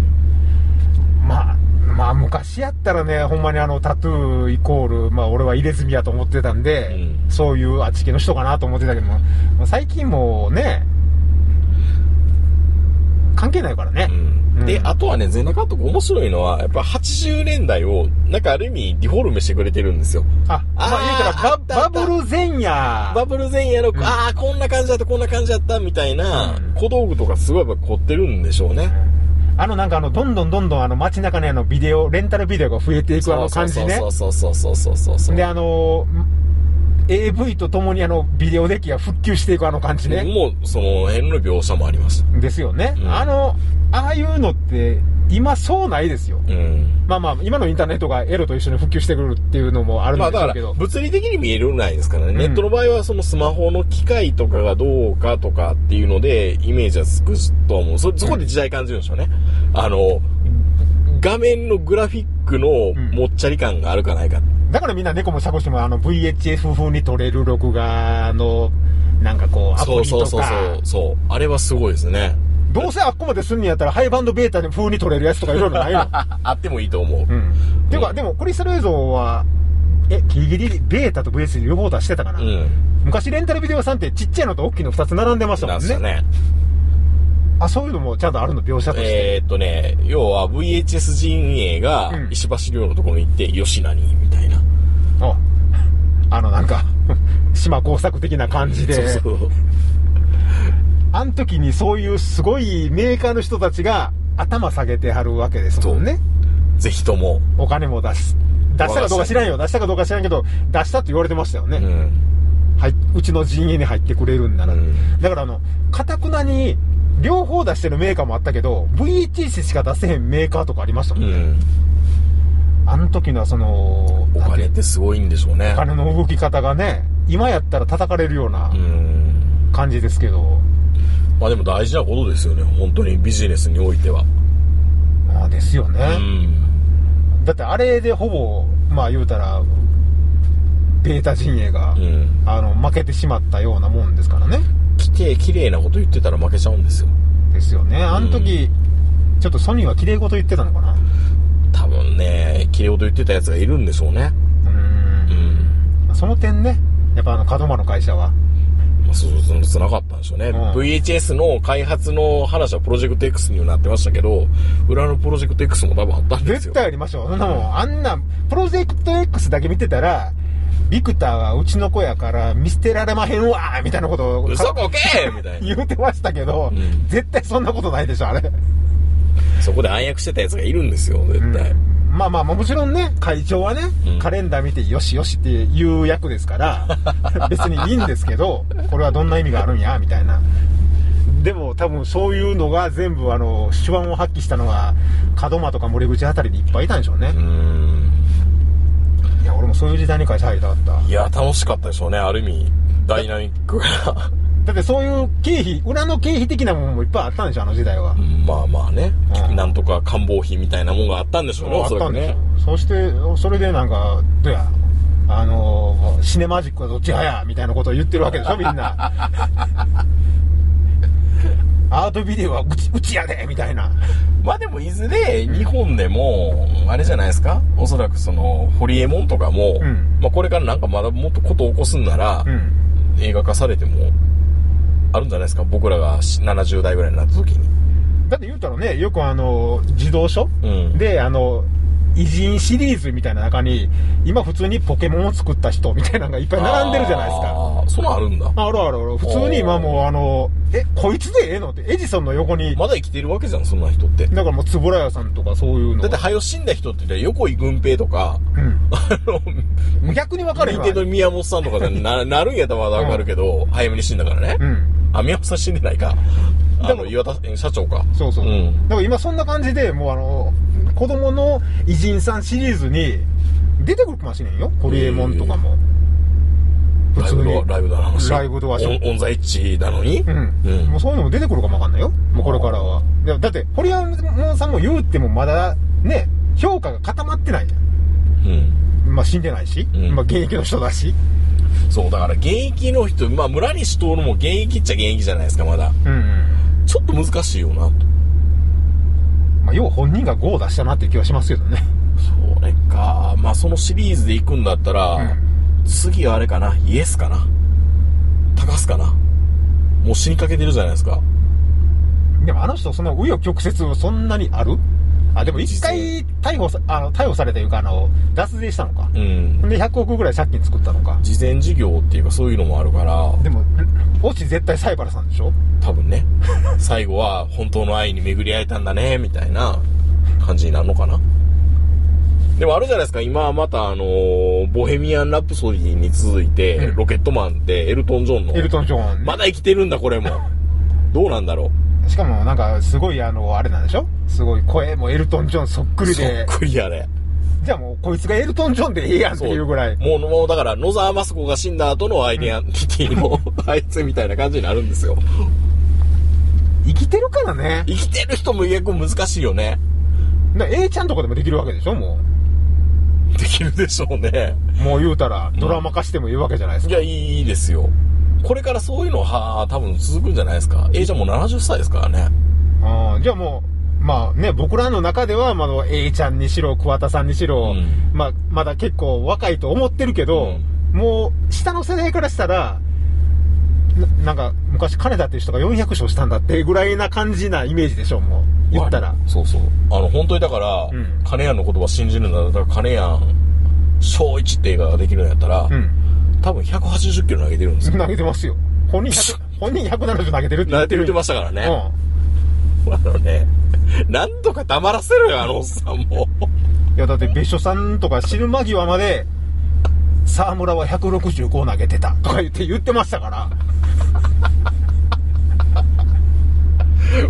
Speaker 3: まあまあ昔やったらねほんまにあのタトゥーイコール、まあ、俺は入れ墨やと思ってたんで、
Speaker 2: う
Speaker 3: そういうあっち系の人かなと思ってたけどもまあ最近もうね関係ないからね
Speaker 2: う、んで、
Speaker 3: うん
Speaker 2: あとはね、全裸監督面白いのは、やっぱ80年代を、なんかある意味、リフォルメしてくれてるんですよ。
Speaker 3: あま
Speaker 2: あー
Speaker 3: あ言うた
Speaker 2: あ
Speaker 3: ら
Speaker 2: ったあ
Speaker 3: バ
Speaker 2: った
Speaker 3: バブル前夜
Speaker 2: バブル前夜の、ああ、こんな感じだった、こんな感じだった、みたいな
Speaker 3: うん、
Speaker 2: 小道具とかすごいやっぱ凝ってるんでしょうね。
Speaker 3: あのなんかあのどんどんどんどんあの街中にあのビデオレンタルビデオが増えていくあの感じね
Speaker 2: そうそうそうそうそうそうそう
Speaker 3: であの AV とともにあのビデオデッキが復旧していくあの感じね、
Speaker 2: もうその辺の描写もあります
Speaker 3: ですよね、
Speaker 2: うん
Speaker 3: あのああいうのって今そうないですよ
Speaker 2: うん
Speaker 3: まあまあ今のインターネットがエロと一緒に普及してくるっていうのもあるん
Speaker 2: ま
Speaker 3: で
Speaker 2: あ
Speaker 3: し
Speaker 2: だ
Speaker 3: ょう
Speaker 2: か
Speaker 3: け
Speaker 2: ら
Speaker 3: ど、
Speaker 2: 物理的に見えるぐらいですからね、
Speaker 3: ん
Speaker 2: ネットの場合はそのスマホの機械とかがどうかとかっていうのでイメージはつくとは思うそそこで時代感じるんでしょうね、あの画面のグラフィックの
Speaker 3: ん
Speaker 2: もっちゃり感があるかないか、
Speaker 3: だからみんな猫もサコシもあの VHF 風に撮れる録画のなんかこうアプ
Speaker 2: そ
Speaker 3: リ
Speaker 2: う
Speaker 3: と
Speaker 2: そう
Speaker 3: か
Speaker 2: そうそうそうあれはすごいですね
Speaker 3: どうせあっこまですんにやったらハイバンドベータで風に撮れるやつとかいろいろないの
Speaker 2: ああってもいいと 思う、
Speaker 3: うんていう
Speaker 2: う
Speaker 3: かでもクリスタル映像はえギリギリベータと VHF 両方出してたかな、
Speaker 2: うん
Speaker 3: 昔レンタルビデオさんってちっちゃいのと大きいの2つ並んでました
Speaker 2: な
Speaker 3: も
Speaker 2: ん
Speaker 3: ん
Speaker 2: す
Speaker 3: ね
Speaker 2: よね
Speaker 3: あそういうのもちゃんとあるの描写として、
Speaker 2: えーっとね、要は VHS 陣営が
Speaker 3: うん
Speaker 2: 石橋亮のところに行って、よしなに、みたいな。
Speaker 3: ああのなんか 島工作的な感じで
Speaker 2: そうそう。
Speaker 3: あの時にそういうすごいメーカーの人たちが頭下げてはるわけですもんね
Speaker 2: ぜひとも。
Speaker 3: お金も出す出したかどうか知らんよ出したかどうか知らんけど出したって言われてましたよね、
Speaker 2: うん。
Speaker 3: はいうちの陣営に入ってくれるんなら、
Speaker 2: うん
Speaker 3: だからあのかたくなに両方出してるメーカーもあったけど VHS しか出せへんメーカーとかありました
Speaker 2: う
Speaker 3: もんね、
Speaker 2: ん。
Speaker 3: あの時のはその
Speaker 2: お
Speaker 3: なんてい
Speaker 2: 金
Speaker 3: う
Speaker 2: ってすごいんでしょうね
Speaker 3: お。金の動き方がね今やったら叩かれるような
Speaker 2: うん。
Speaker 3: 感じですけど、
Speaker 2: まあでも大事なことですよね。本当にビジネスにおいては。
Speaker 3: まあですよ
Speaker 2: う
Speaker 3: ね、
Speaker 2: ん。
Speaker 3: だってあれでほぼまあ言うたらベータ陣営が、
Speaker 2: うん。
Speaker 3: あの負けてしまったようなもんですからね
Speaker 2: 来て、綺麗なこと言ってたら負けちゃうんですよ。
Speaker 3: ですよねあの時、ちょっとソニーは綺麗事言ってたのかな
Speaker 2: 多分ね、綺麗事言ってたやつがいるんでしょうね。
Speaker 3: う
Speaker 2: うんん。そ
Speaker 3: その点ねやっぱあの角間の会社は
Speaker 2: まあ、そうそうそうなかったんでしょうね、
Speaker 3: ん
Speaker 2: VHS の開発の話はプロジェクト X にはなってましたけど、裏のプロジェクト X も多分あったんです
Speaker 3: 絶
Speaker 2: よ。
Speaker 3: 対ありましょうそんなもんあんなプロジェクト X だけ見てたらビクターはうちの子やから見捨てられまへんわーみたいなことを
Speaker 2: 嘘こけーみたいな。
Speaker 3: 言うてましたけど、
Speaker 2: うん
Speaker 3: 絶対そんなことないでしょあれ
Speaker 2: そこで暗躍してたやつがいるんですよ、絶対。
Speaker 3: まあまあまあもちろんね会長はね、
Speaker 2: うん
Speaker 3: カレンダー見てよしよしっていう役ですから 別にいいんですけどこれはどんな意味があるんやみたいなでも多分そういうのが全部あの手腕を発揮したのは門間とか森口あたりにいっぱいいたんでしょうね
Speaker 2: う、ん。
Speaker 3: いや俺もそういう時代に会社入りたかった
Speaker 2: いや、楽しかったでしょうね、ある意味。ダイナミックが。
Speaker 3: だってそういう経費裏の経費的なものもいっぱいあったんでしょあの時代は、
Speaker 2: まあまあね、
Speaker 3: うん
Speaker 2: なんとか官房費みたいなもんがあったんでしょうね、お
Speaker 3: あっ
Speaker 2: そら
Speaker 3: たん
Speaker 2: く
Speaker 3: でしょ
Speaker 2: ね。
Speaker 3: そしてそれでなんかどうやあのシネマジックはどっち派やみたいなことを言ってるわけでしょみん なアートビデオはうちうちやでみたいな
Speaker 2: まあでも、いずれ、日本でも、あれじゃないですか、おそらくその、ホリエモンとかも、
Speaker 3: うん
Speaker 2: まあこれからなんかまだもっとことを起こすんなら、
Speaker 3: うん
Speaker 2: 映画化されてもあるんじゃないですか僕らがし70代ぐらいになった時に
Speaker 3: だって言うたらね、よくあの、自動書、
Speaker 2: うん
Speaker 3: で、あの、偉人シリーズみたいな中に、今普通にポケモンを作った人みたいなのがいっぱい並んでるじゃないですか。
Speaker 2: あーそんなんあるんだ。
Speaker 3: あるあるある。普通に今もうあの、え、こいつでええのって、エジソンの横に、
Speaker 2: まだ生きてるわけじゃん、そんな人って。だ
Speaker 3: だからもう円谷さんとかそういうの。
Speaker 2: って、早よ死んだ人って言ったら、横井軍平とか、あの、
Speaker 3: うん。逆に分かる
Speaker 2: 右
Speaker 3: よ。
Speaker 2: 手の宮本さんとかでななるんやったらまだわかるけど、早めに死んだからね。
Speaker 3: うん。
Speaker 2: あ、宮本さん死んでないか。あ
Speaker 3: で
Speaker 2: の、
Speaker 3: も
Speaker 2: 岩田社長か。
Speaker 3: そうそう。
Speaker 2: ん。
Speaker 3: だから今そんな感じで、もうあの、子供の偉人さんシリーズに出てくるかもしれんよ。ホリエモンとかも。普
Speaker 2: ライ
Speaker 3: 通
Speaker 2: ブ
Speaker 3: に
Speaker 2: ドア、。ライブドアの話。
Speaker 3: ライブドアシ
Speaker 2: オ
Speaker 3: ョ
Speaker 2: ンオンザエッジなのに。
Speaker 3: うん。
Speaker 2: うん
Speaker 3: もうそういうのも出てくるかもわかんないよ。もうこれからは。いやだって、ホリエモンさんも言うてもまだ、ね、評価が固まってないやん
Speaker 2: うん。
Speaker 3: まあ死んでないし、
Speaker 2: うん
Speaker 3: まあ現役の人だし。
Speaker 2: そう、だから現役の人、まあ村西徹も現役っちゃ現役じゃないですか、まだ。
Speaker 3: うんうん。
Speaker 2: ちょっと難しいよな、と。
Speaker 3: まあ、要は本人が5を出したなっていう気はしますけどね。
Speaker 2: それか。まあそのシリーズで行くんだったら、次はあれかな、イエスかな。高須かな。もう死にかけてるじゃないですか。
Speaker 3: でもあの人、その紆余曲折そんなにあるあ、でも一回逮捕さ、あの、逮捕されたというか、あの、脱税したのか。
Speaker 2: うん。
Speaker 3: で、100億ぐらい借金作ったのか。
Speaker 2: 事前事業っていうかそういうのもあるから、
Speaker 3: でも、オチ絶対サイバラさんでしょ
Speaker 2: 多分ね、 最後は本当の愛に巡り会えたんだね、みたいな感じになるのかな。でもあるじゃないですか、今またあのーボヘミアン・ラプソディに続いて、
Speaker 3: うん
Speaker 2: ロケットマンってエルトン・ジョンの。
Speaker 3: エルトン・ジョーン。
Speaker 2: まだ生きてるんだ、こ れも。どうなんだろ
Speaker 3: しかもなんか、すごいあの、あれなんでしょすごい声もエルトン・ジョンそっく
Speaker 2: う。
Speaker 3: り
Speaker 2: そっ
Speaker 3: で。
Speaker 2: くりやね。
Speaker 3: じゃあもう、こいつがエルトン・ジョンでええやんっていうぐらい。
Speaker 2: もう、もうだから、野沢雅子が死んだ後の アイデンティティの、 あいつみたいな感じになるんですよ。
Speaker 3: 生きてるからね。
Speaker 2: 生きてる人も結構難しいよね。
Speaker 3: だ A ちゃんとかでもできるわけでしょも
Speaker 2: できるでしょうね。
Speaker 3: う。もう言うたら、ドラマ化してもいいわけじゃないです
Speaker 2: い
Speaker 3: か。
Speaker 2: や、いいですよ。これからそういうのは、多分続くんじゃないですか。えー、じゃあもう70歳ですからね。
Speaker 3: あーじゃあもう、まあね、僕らの中では、まああの、A ちゃんにしろ、桑田さんにしろ、
Speaker 2: うん
Speaker 3: まあ、まだ結構若いと思ってるけど、もう、下の世代からしたら、ななんか、昔、金田っていう人が400勝したんだってぐらいな感じなイメージでしょ、もう。言ったら
Speaker 2: わ。そうそう。あの、本当にだから、
Speaker 3: うん
Speaker 2: 金谷の言葉信じるんだったら、金谷、小一って映画ができるんやったら、
Speaker 3: うん。
Speaker 2: 多分180キロ投げてるんですよ。
Speaker 3: 投げてますよ。本人100、本人170投げてるって
Speaker 2: 投げてるってまし
Speaker 3: し
Speaker 2: たからね。
Speaker 3: う
Speaker 2: あのね、なんとか黙らせろよ、あのおっさんも。
Speaker 3: ん。いや、だって別所さんとか死ぬ間際まで、沢村は165投げてたとか言って言ってましたか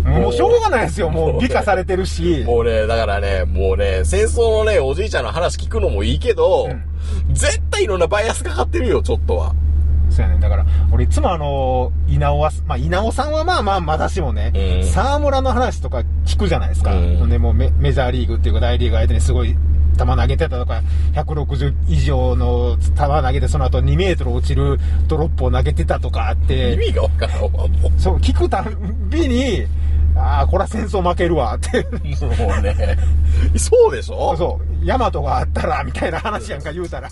Speaker 3: ら。もうしょうがないですよ。もう美化されてるし。
Speaker 2: もうね、だからね、もうね、戦争のね、おじいちゃんの話聞くのもいいけど、
Speaker 3: うん
Speaker 2: 絶対いろんなバイアスかかってるよ、ちょっとは。
Speaker 3: そうやねんだから、俺いつもあの、稲尾は、まあ稲尾さんはまあまあまだしもね、
Speaker 2: うん
Speaker 3: 沢村の話とか聞くじゃないですか。
Speaker 2: うん
Speaker 3: ほんでもうメメジャーリーグっていうか大リーグ相手にすごい球投げてたとか、160以上の球投げてその後2メートル落ちるドロップを投げてたとかあっ
Speaker 2: 意
Speaker 3: て、
Speaker 2: 味がわからんわ、もう。
Speaker 3: そう聞くたびに、ああ、こら戦争負けるわって。
Speaker 2: もうね、そうでしょ
Speaker 3: そう、ヤマトがあったら、みたいな話やんか言うたら。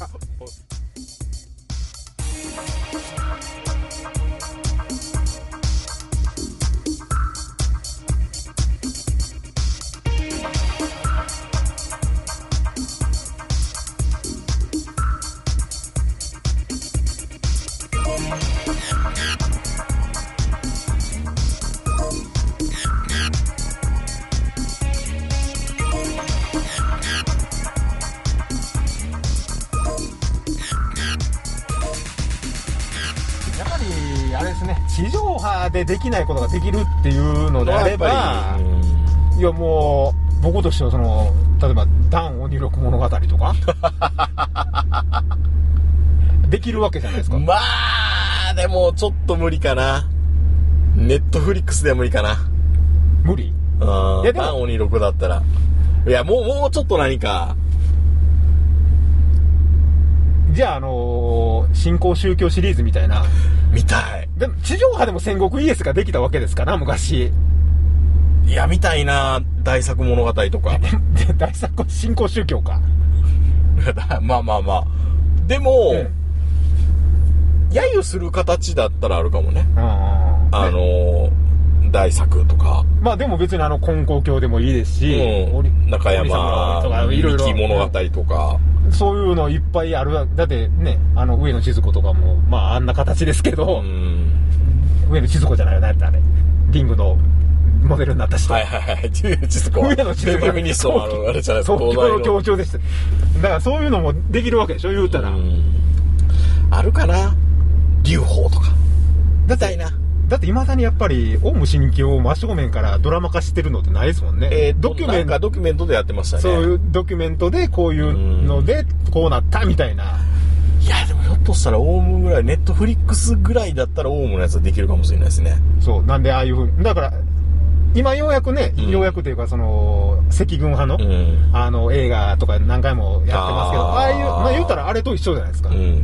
Speaker 3: やっぱり、あれですね、地上波でできないことができるっていうのであれば、いやもう、僕としてはその、例えば、ダン鬼力物語とか、 できるわけじゃないですか。
Speaker 2: まあ、でもちょっと無理かな。ネットフリックスでは無理かな。
Speaker 3: 無理
Speaker 2: うん。
Speaker 3: いやでも
Speaker 2: 単鬼6だったら。いや、もう、もうちょっと何か。
Speaker 3: じゃあ、あのー新興宗教シリーズみたいな。
Speaker 2: 見たい。
Speaker 3: でも、地上波でも戦国イエスができたわけですから、昔。
Speaker 2: いや、見たいな。大作物語とか。
Speaker 3: で大作、新興宗教か。
Speaker 2: まあまあまあ。でも、
Speaker 3: うん
Speaker 2: 揶揄する形だったらあるかもね。
Speaker 3: うんうんうん
Speaker 2: あのー大作とか、
Speaker 3: まあでも別にあの、根高教でもいいですし、
Speaker 2: う
Speaker 3: 折
Speaker 2: ん、中山
Speaker 3: 折様とかいろいろ
Speaker 2: 三木物語とか、
Speaker 3: そういうのいっぱいあるわ。だってね、あの、上野千鶴子とかも、まああんな形ですけ
Speaker 2: う
Speaker 3: ど、
Speaker 2: ん、
Speaker 3: 上野千鶴子じゃないよね、あれあれ。リングのモデルになった人。
Speaker 2: はいはいはい、ちょっとこう、
Speaker 3: 上野千鶴
Speaker 2: フ
Speaker 3: 子
Speaker 2: ェミニストのあのあれじゃないですか、
Speaker 3: そう、
Speaker 2: 東
Speaker 3: 教
Speaker 2: 大
Speaker 3: の強調です。だからそういうのもできるわけでしょ、言うたら。
Speaker 2: うんあるかな流法とか。
Speaker 3: だ
Speaker 2: み
Speaker 3: っ
Speaker 2: たい
Speaker 3: て、
Speaker 2: な。
Speaker 3: だって未だにやっぱり、オウム真理を真正面からドラマ化してるのってないですもんね。
Speaker 2: えー、
Speaker 3: ドキュメン
Speaker 2: なんか
Speaker 3: ト、
Speaker 2: ドキュメントでやってましたね。
Speaker 3: そういうドキュメントでこういうので、こうなったみたいな。
Speaker 2: いや、でもひょっとしたらオウムぐらい、ネットフリックスぐらいだったらオウムのやつはできるかもしれないですね。
Speaker 3: そう、なんでああいうふうに。だから、今ようやくね、
Speaker 2: うん
Speaker 3: ようやくというか、その、赤軍派の、
Speaker 2: うん。
Speaker 3: あの、映画とか何回もやってますけど、
Speaker 2: あー
Speaker 3: ああいう、まあ言うたらあれと一緒じゃないですか。
Speaker 2: うん。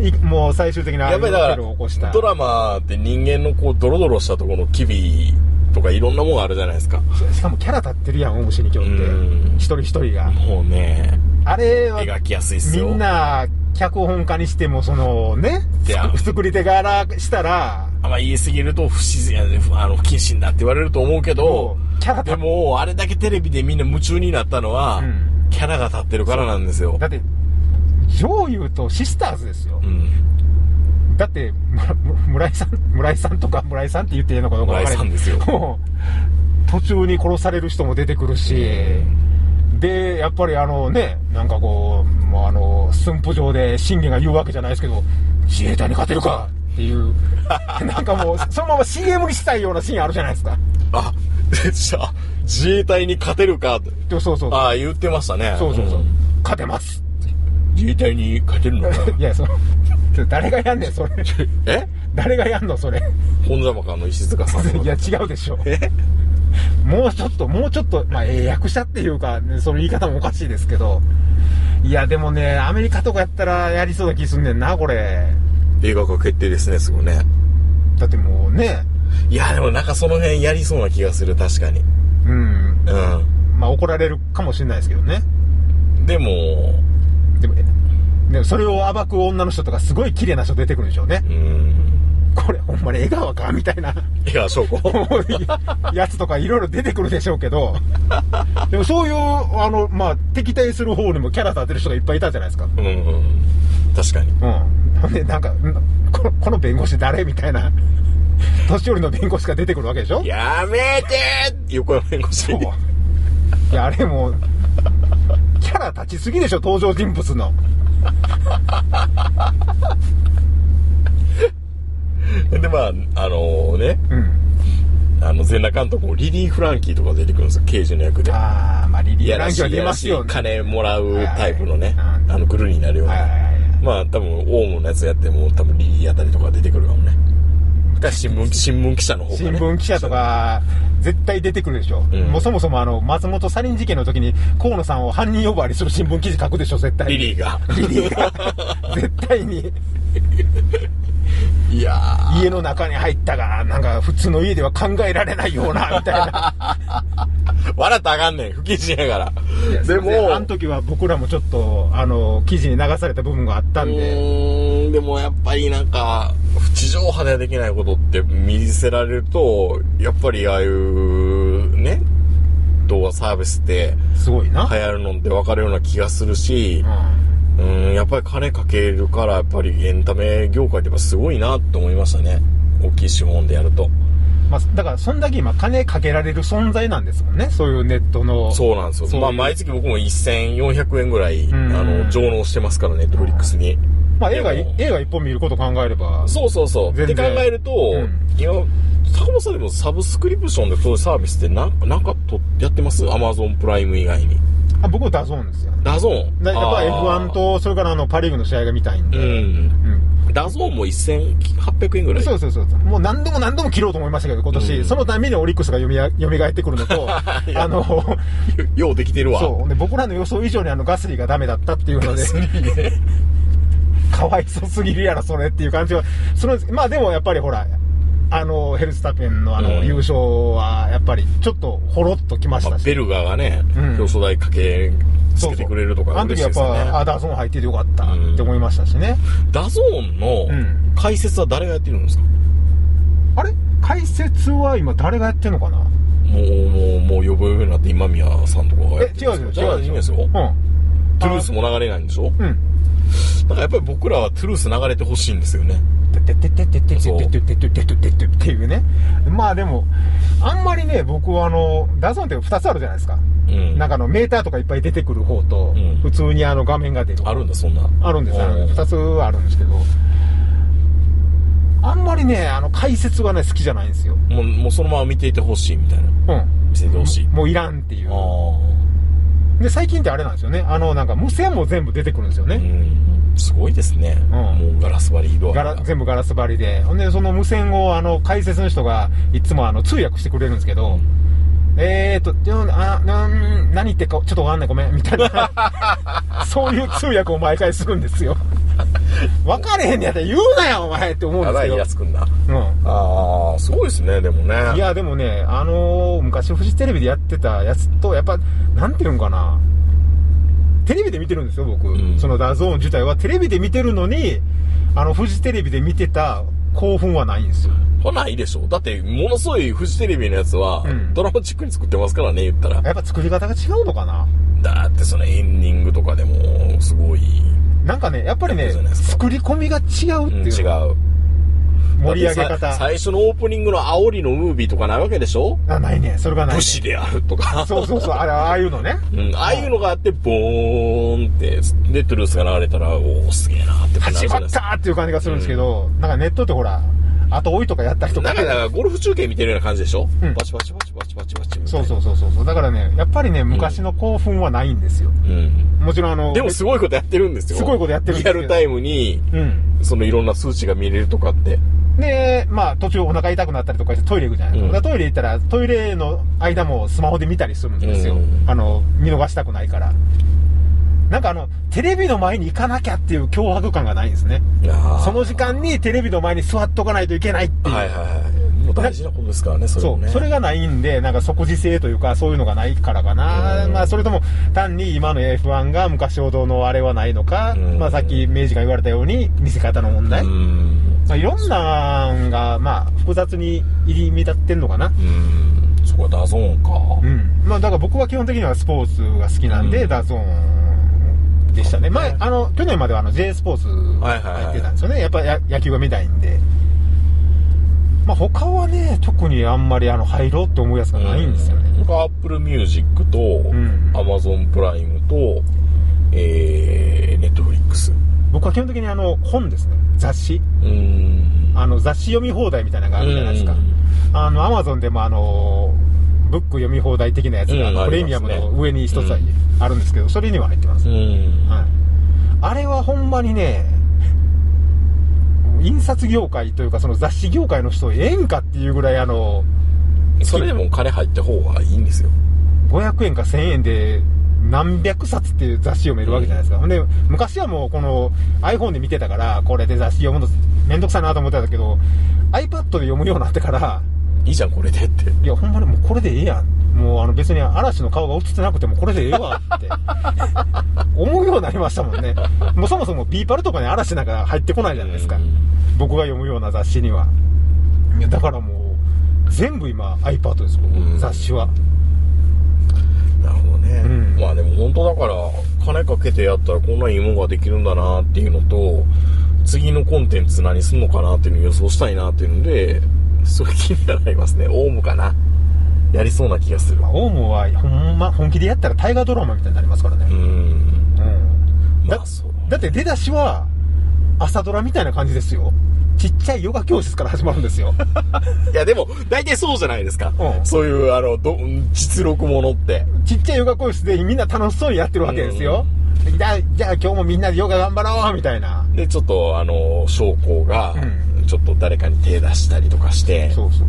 Speaker 3: いもう最終的なああい
Speaker 2: や
Speaker 3: う
Speaker 2: っぱりだか
Speaker 3: テロを起こし
Speaker 2: ら、
Speaker 3: た。
Speaker 2: ドラマって人間のこう、ドロドロしたところの機微とかいろんなもんあるじゃないですか。
Speaker 3: しかもキャラ立ってるやん、オウム真理教って
Speaker 2: うん。
Speaker 3: 一人一人が。
Speaker 2: もうね、
Speaker 3: あれは、
Speaker 2: 描きやすいっす
Speaker 3: み
Speaker 2: よ。
Speaker 3: んな、脚本家にしても、そのね
Speaker 2: いや、
Speaker 3: 作り手柄したら、
Speaker 2: あんま言い過ぎると不自然やねあの、不謹慎だって言われると思うけど、
Speaker 3: キャ ラ
Speaker 2: で
Speaker 3: 立
Speaker 2: も、あれだけテレビでみんな夢中になったのは、
Speaker 3: うん
Speaker 2: キャラが立ってるからなんですよ
Speaker 3: だ。って、上優とシスターズですよ
Speaker 2: う。ん。
Speaker 3: だって、 むむ村井さん、村井さんとか村井さんって言っていいのかどうか
Speaker 2: 村
Speaker 3: わ
Speaker 2: 井
Speaker 3: か
Speaker 2: さ
Speaker 3: ら
Speaker 2: ん
Speaker 3: ない。
Speaker 2: です よ。
Speaker 3: もう途中に殺される人も出てくるし、で、やっぱりあのね、なんかこう、もうあの、寸法上で信玄が言うわけじゃないですけど、自衛隊に勝てるかって いう、なんかもう、そのまま CM にしたいようなシーンあるじゃないですか。
Speaker 2: あ、 でじゃあ、自衛隊に勝てるかって。
Speaker 3: でもそうそう。
Speaker 2: ああ、言ってましたね。
Speaker 3: そうそうそう。
Speaker 2: ん
Speaker 3: 勝てます。
Speaker 2: 自衛隊に勝てるのか
Speaker 3: いや、その、ちょ誰がやんねん、それ。
Speaker 2: え
Speaker 3: 誰がやんの、それ。
Speaker 2: 本邪魔かの石塚さん
Speaker 3: いや、
Speaker 2: の。
Speaker 3: 違うでしょ。もうちょっと、もうちょっと、まあ、ええ役者っていうか、ねその言い方もおかしいですけど。いや、でもね、アメリカとかやったらやりそうな気すんねんな、これ。
Speaker 2: 映画化決定ですね、すぐね。
Speaker 3: だってもうね、
Speaker 2: いや、でもなんかその辺やりそうな気がする、確かに。
Speaker 3: うん。
Speaker 2: う
Speaker 3: まあ、怒られるかもしれないですけどね。
Speaker 2: ん。でも、
Speaker 3: でも、えでもそれを暴く女の人とかすごい綺麗な人出てくるんでしょうね。
Speaker 2: うん。
Speaker 3: これ、ほんまに江川かみたいな。
Speaker 2: いや、証 拠。
Speaker 3: やつとかいろいろ出てくるでしょうけど、でもそういう、あの、まあ、敵対する方にもキャラ立てる人がいっぱいいたじゃないですか。
Speaker 2: うんうん。確かに。
Speaker 3: うん。ほんで、なんか、んこのこの弁護士誰みたいな、 年寄りの弁護士が出てくるわけでしょ
Speaker 2: やめて横山弁護士
Speaker 3: そう。いや、あれもう、キャラ立ちすぎでしょ、登場人物の。
Speaker 2: で、まあ、あのね、
Speaker 3: うん。
Speaker 2: あの、全裸監督もリリー・フランキーとか出てくるんですよ、刑事の役で。
Speaker 3: あー、まあ、リ
Speaker 2: い
Speaker 3: リー・
Speaker 2: や
Speaker 3: フラ
Speaker 2: ら
Speaker 3: ン
Speaker 2: し、
Speaker 3: キーは
Speaker 2: い
Speaker 3: い出
Speaker 2: やら
Speaker 3: ま
Speaker 2: し
Speaker 3: す
Speaker 2: い
Speaker 3: よね。
Speaker 2: 金もらうタイプのね、
Speaker 3: はいはい
Speaker 2: あの、グルーになるよう
Speaker 3: はいはい
Speaker 2: な。
Speaker 3: はいはい
Speaker 2: まあ、多分、オウムのやつやっても、多分、リリーあたりとか出てくるかもね。か新聞、新聞記者の方が、ね。
Speaker 3: 新聞記者と。か、絶対出てくるでしょ。
Speaker 2: ん
Speaker 3: もうそもそもあの、松本サリン事件の時に、河野さんを犯人呼ばわりする新聞記事書くでしょ、絶対に。
Speaker 2: リリー が。
Speaker 3: リリーが。絶対に、
Speaker 2: いやー。
Speaker 3: 家の中に入ったが、なんか普通の家では考えられないような、みたいな。
Speaker 2: 笑ったらあかんねん。不謹慎やから。でも、
Speaker 3: あの時は僕らもちょっと、あの、記事に流された部分があったんで、
Speaker 2: うーんでもやっぱりなんか地上波ではできないことって見せられるとやっぱりああいうね動画サービスって
Speaker 3: すごいな。
Speaker 2: 流行るのって分かるような気がするし
Speaker 3: うん
Speaker 2: うーんやっぱり金かけるからやっぱりエンタメ業界ってやっぱすごいなと思いましたね大きい資本でやると
Speaker 3: まあ、だから、そんだけ今、金かけられる存在なんですもんね、そういうネットの。
Speaker 2: そうなんです
Speaker 3: そうい
Speaker 2: よ
Speaker 3: う
Speaker 2: まあ毎月僕も1400円ぐらいあ
Speaker 3: ん
Speaker 2: の上納してますからね Netflix に
Speaker 3: まあ、映画、
Speaker 2: で
Speaker 3: 映
Speaker 2: も
Speaker 3: 画一本見ること考えれば、
Speaker 2: そうそうそう。っ
Speaker 3: 全
Speaker 2: て
Speaker 3: 然
Speaker 2: 考えると、
Speaker 3: ん
Speaker 2: 今、坂本さんでもサブスクリプションでそういうサービスってなんなんかとやってますアマゾンプライム以外に。
Speaker 3: あ僕はダゾーンですよ。
Speaker 2: ダゾーン。
Speaker 3: だやっぱ
Speaker 2: あー
Speaker 3: F1。と、それからあの、パリーグの試合が見たいん
Speaker 2: う
Speaker 3: で。
Speaker 2: ん。
Speaker 3: うん。
Speaker 2: ダゾーンも1800円ぐらい。
Speaker 3: そうそうそう。もう何度も何度も切ろうと思いましたけど、今年。
Speaker 2: うん
Speaker 3: そのためにオリックスが蘇蘇ってくるのと、あ
Speaker 2: いや
Speaker 3: の、
Speaker 2: ようできてるわ。
Speaker 3: そう。で、僕らの予想以上にあの、ガスリーがダメだったっていうので、かわいそうすぎるやろ、それっていう感じは。その、まあでもやっぱりほら、あの、ヘルスタペンのあの、
Speaker 2: うん
Speaker 3: 優勝は、やっぱり、ちょっと、ほろっときまし
Speaker 2: まあ
Speaker 3: たし。
Speaker 2: ベルガーがね、
Speaker 3: うん
Speaker 2: 競争代かけつけてくれるとか
Speaker 3: あの
Speaker 2: 嬉し
Speaker 3: 時
Speaker 2: い
Speaker 3: やっ
Speaker 2: ですよ
Speaker 3: ぱ、
Speaker 2: ね。
Speaker 3: あ、ダーソン入っててよかったって思いましたしね。
Speaker 2: ダゾーンの
Speaker 3: うん
Speaker 2: 解説は誰がやってるんですか、
Speaker 3: あれ解説は今誰がやってんのかな
Speaker 2: もう、もう、もう呼ぶようになって今宮さんとかがやってるんですよ
Speaker 3: え違うでしょ
Speaker 2: じゃあいいんですよ。
Speaker 3: うん
Speaker 2: トゥルースも流れないんでしょ
Speaker 3: うん
Speaker 2: なんかやっぱり僕らはトゥルース流れてほしいんですよね。
Speaker 3: てててててててててててててっていうねまあでもあんまりね僕はあのダゾーンって2つあるじゃないですか
Speaker 2: うん。
Speaker 3: なんかあのメーターとかいっぱい出てくる方と、
Speaker 2: うん
Speaker 3: 普通にあの画面が出る方
Speaker 2: あるんだ、そんな。
Speaker 3: あるんです
Speaker 2: う
Speaker 3: あの2つあるんですけどあんまりねあの解説はね好きじゃないんですよ
Speaker 2: もう、もうそのまま見ていてほしいみたいな。
Speaker 3: うん
Speaker 2: 見せてほしい。
Speaker 3: もういらんってい
Speaker 2: あ
Speaker 3: う
Speaker 2: あ。
Speaker 3: で最近ってあれなんですよねあのなんか無線も全部出てくるんですよ
Speaker 2: う
Speaker 3: ね、
Speaker 2: ん。すごいですね。
Speaker 3: ん
Speaker 2: もうガラス張りドア
Speaker 3: ガ
Speaker 2: が。
Speaker 3: ラ全部ガラス張りでほんでその無線をあの解説の人がいつもあの通訳してくれるんですけど、えーと、であなん何言ってるかちょっとわかんない、ごめん、みたいな、 そういう通訳を毎回するん ですよ。分かれへんねやったら言うなよ、お前って思うん
Speaker 2: や
Speaker 3: です
Speaker 2: ば
Speaker 3: け
Speaker 2: い
Speaker 3: ど。
Speaker 2: やつくんだ。
Speaker 3: う
Speaker 2: ああ、すごいですね、でもね。
Speaker 3: ん、いや、でもね、あのー昔フジテレビでやってたやつと、やっぱ、なんていうんかな、テレビで見てるんですよ、僕。
Speaker 2: うん
Speaker 3: そのダゾーン自体は、テレビで見てるのに、あの、フジテレビで見てた興奮はないんですよ。
Speaker 2: 来ないでしょだって、ものすごいフジテレビのやつは、
Speaker 3: うん
Speaker 2: ドラマチックに作ってますからね、言ったら。
Speaker 3: やっぱ作り方が違うのかな
Speaker 2: だってそのエンディングとかでも、すごい、
Speaker 3: なんかね、やっぱり
Speaker 2: やっ
Speaker 3: ね
Speaker 2: ぱそうじゃない、ですか
Speaker 3: 作り込みが違
Speaker 2: う
Speaker 3: う
Speaker 2: ん
Speaker 3: って
Speaker 2: 違
Speaker 3: いうう。。盛り上げ
Speaker 2: だってさ
Speaker 3: 方
Speaker 2: 最初のオープニングの煽りのムービーとかないわけでしょ
Speaker 3: あないねそれがない、ね、
Speaker 2: 武士であるとか。
Speaker 3: そうそうそうあれああいうの ね
Speaker 2: うん、ああいうのがあって、ボーンって、で、トゥルースが流れたら、おおすげえなって感じ
Speaker 3: 始
Speaker 2: じゃ
Speaker 3: ま
Speaker 2: ない
Speaker 3: っ
Speaker 2: です
Speaker 3: た
Speaker 2: か。
Speaker 3: ーっていう感じがするんですけど、なんかネットってほら後追いとかやったりと
Speaker 2: な
Speaker 3: か
Speaker 2: んか、だからゴルフ中継見てるような感じでしょ、
Speaker 3: うん
Speaker 2: バチバチバチバチバチバチみたいな。
Speaker 3: そうそうそうそうそうだからねやっぱりね昔の興奮はないんですよ、
Speaker 2: うん。
Speaker 3: もちろんあの
Speaker 2: でもすごいことやってるんですよ。
Speaker 3: すごいことやってる
Speaker 2: リ
Speaker 3: んです
Speaker 2: ア
Speaker 3: よ
Speaker 2: ルタイムに、
Speaker 3: うん
Speaker 2: そのいろんな数値が見れるとかって。
Speaker 3: でまあ途中お腹痛くなったりとかしてトイレ行くじゃないですか,、
Speaker 2: うん
Speaker 3: トイレ行ったらトイレの間もスマホで見たりするんですよ、
Speaker 2: うん
Speaker 3: あの見逃したくないからなんかあのテレビの前に行かなきゃっていう脅迫感がないんですねそ
Speaker 2: そ
Speaker 3: の時間にテレビの前に座っとかないといけないっていう、
Speaker 2: はいはいはい。もう大事なことですからね、それ
Speaker 3: そ
Speaker 2: も
Speaker 3: う、
Speaker 2: ね。
Speaker 3: それがないんで、なんか即時性というか、そういうのがないからかな、
Speaker 2: うん
Speaker 3: まあ、それとも単に今の F1 が昔ほどのあれはないのか、
Speaker 2: うん
Speaker 3: まあ、さっき明治が言われたように、見せ方の問題、
Speaker 2: うん。
Speaker 3: まあ、いろんなんが、まあ、複雑に入り乱ってんのかな。
Speaker 2: うん。そこはダゾーンか。
Speaker 3: うんまあ、だから僕は基本的にはスポーツが好きなんで、
Speaker 2: うん
Speaker 3: ダゾーンでしたね、前あの去年まではあの J スポーツ
Speaker 2: はいはいはい
Speaker 3: 入ってたんですよね、やっぱや野球が見たいんで、まあ他はね、特にあんまりあの入ろうって思うやつがないんですよね、
Speaker 2: 僕は Apple Music と、
Speaker 3: ん
Speaker 2: Amazon プライムと、えー、Netflix。
Speaker 3: 僕は基本的にあの本ですね、雑誌、
Speaker 2: うん。
Speaker 3: あの雑誌読み放題みたいなのがあるじゃないですか、あのアマゾンでもあのブック読み放題的なやつが、
Speaker 2: うん
Speaker 3: プレミアム
Speaker 2: ありま
Speaker 3: の
Speaker 2: すね
Speaker 3: 上に一つ
Speaker 2: うん
Speaker 3: あるんですけど、それには入ってます
Speaker 2: う。ん。
Speaker 3: はい、あれはほんまにね印刷業界というかその雑誌業界の人ええんかっていうぐらいあの
Speaker 2: それでも金入った方がいいんですよ。
Speaker 3: 500円か1000円で何百冊っていう雑誌読めるわけじゃないですか、ほんで昔はもうこの iPhone で見てたからこれで雑誌読むのめんどくさいなと思ってたけど iPad で読むようになってから
Speaker 2: いいじゃん、これでって。
Speaker 3: いやほんまにもうこれでええやんもうあの別に嵐の顔が映ってなくてもこれでええわって思うようになりましたもんねもうそもそもビーパルとかに嵐なんか入ってこないじゃないですか、
Speaker 2: うん
Speaker 3: 僕が読むような雑誌にはいやだからもう全部今 iPad です僕、
Speaker 2: うん
Speaker 3: 雑誌は
Speaker 2: なるほどね。
Speaker 3: うん
Speaker 2: まあでも本当だから、金かけてやったらこんないいもんができるんだなっていうのと、次のコンテンツ何すんのかなっていうのを予想したいなっていうので、すごい気にはなりますね。オウムかな。やりそうな気がする。
Speaker 3: まあオウムはほんま本気でやったら大河ドラマみたいになりますから
Speaker 2: う
Speaker 3: ね、
Speaker 2: ん。
Speaker 3: うん
Speaker 2: ま
Speaker 3: だ
Speaker 2: あそう。
Speaker 3: だって出だしは朝ドラみたいな感じですよちっちゃいヨガ教室から始まる んですよ
Speaker 2: いやでも、大体そうじゃないですか。
Speaker 3: うん
Speaker 2: そういう、あの、ど実力ものって。
Speaker 3: ちっちゃいヨガ教室でみんな楽しそうにやってるわけですよ、じゃあじゃあ今日もみんなでヨガ頑張ろうみたいな
Speaker 2: で、ちょっと、あの、将校が
Speaker 3: う、
Speaker 2: ちょっと誰かに手出したりとかして、
Speaker 3: そうそう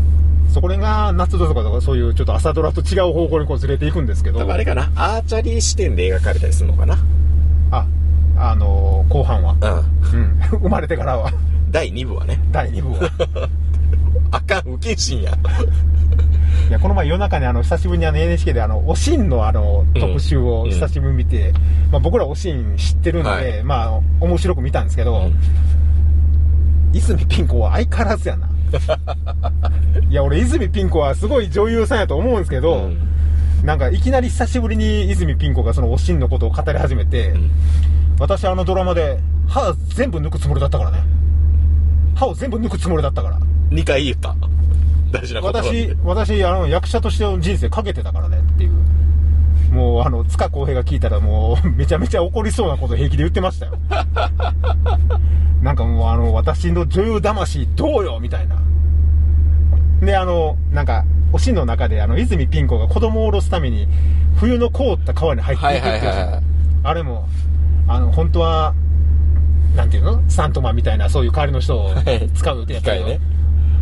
Speaker 3: そこれが夏とかとかそういうちょっと朝ドラと違う方向にこうずれていくんですけど
Speaker 2: だからあれかな、アーチャリー視点で描かれたりするのかな。
Speaker 3: ああのー後半は
Speaker 2: うん。
Speaker 3: うん、 生まれてか らは
Speaker 2: 第2部はね。
Speaker 3: 第2部は
Speaker 2: あかん、不謹慎や。
Speaker 3: いやこの前夜中にあの久しぶりにあの NHK であのおしんのあの
Speaker 2: うん
Speaker 3: 特集を久しぶりに見て、まあ、僕らおしん知ってるんで、
Speaker 2: はい
Speaker 3: まあ面白く見たんですけど、泉ピン子は相変わらずやないや、俺、泉ピン子はすごい女優さんやと思うんですけど、
Speaker 2: うん
Speaker 3: なんかいきなり久しぶりに泉ピン子がそのおしんのことを語り始めて、
Speaker 2: ん
Speaker 3: 私あのドラマで歯全部抜くつもりだったからね。歯を全部抜くつもりだったから。
Speaker 2: 2回言った大事なこと
Speaker 3: 私、私、あの、役者としての人生かけてたからねっていう。もう、あの、塚公平が聞いたらもう、 めちゃめちゃ怒りそうなこと平気で言ってましたよ。 なんかもう、あの、私の女優魂どうよみたいな。で、あの、なんか、おしんの中で、あの、泉ピン子が子供を下ろすために、冬の凍った川に入っていくっていう。
Speaker 2: はいはいはいはい
Speaker 3: あれも、あの、本当は、なんていうのサントマンみたいな、そういう代わりの人を
Speaker 2: はい
Speaker 3: 使う予定やったけど、
Speaker 2: 機械ね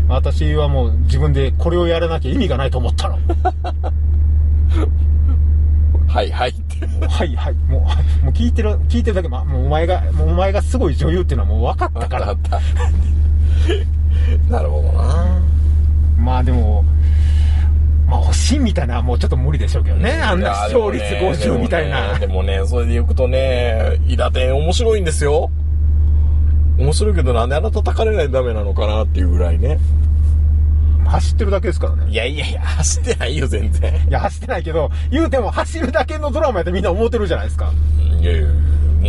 Speaker 3: 私はもう自分でこれをやらなきゃ意味がないと 思ったの。
Speaker 2: はいはい って
Speaker 3: はいはい、もう、はいもう聞いてる、聞いてるだけ、ま、もうお前が、もうお前がすごい女優っていうのはもう分かったか
Speaker 2: あ
Speaker 3: ら。
Speaker 2: った なるほどな
Speaker 3: まあでも、まあ、欲しいみたいな、もうちょっと無理でしょうけどね。あんな視聴率
Speaker 2: いやでもね
Speaker 3: 50みたい
Speaker 2: でも
Speaker 3: な。
Speaker 2: ねでもねそれで言うとね伊達天面白いんですよ面白いけどなんであなた叩かれないとダメなのかなっていうぐらいね
Speaker 3: 走ってるだけですからね。
Speaker 2: いやいやいや走ってないよ全然
Speaker 3: いや、走ってないけど、言うても走るだけのドラマやってみんな思ってるじゃないですか。
Speaker 2: いやいや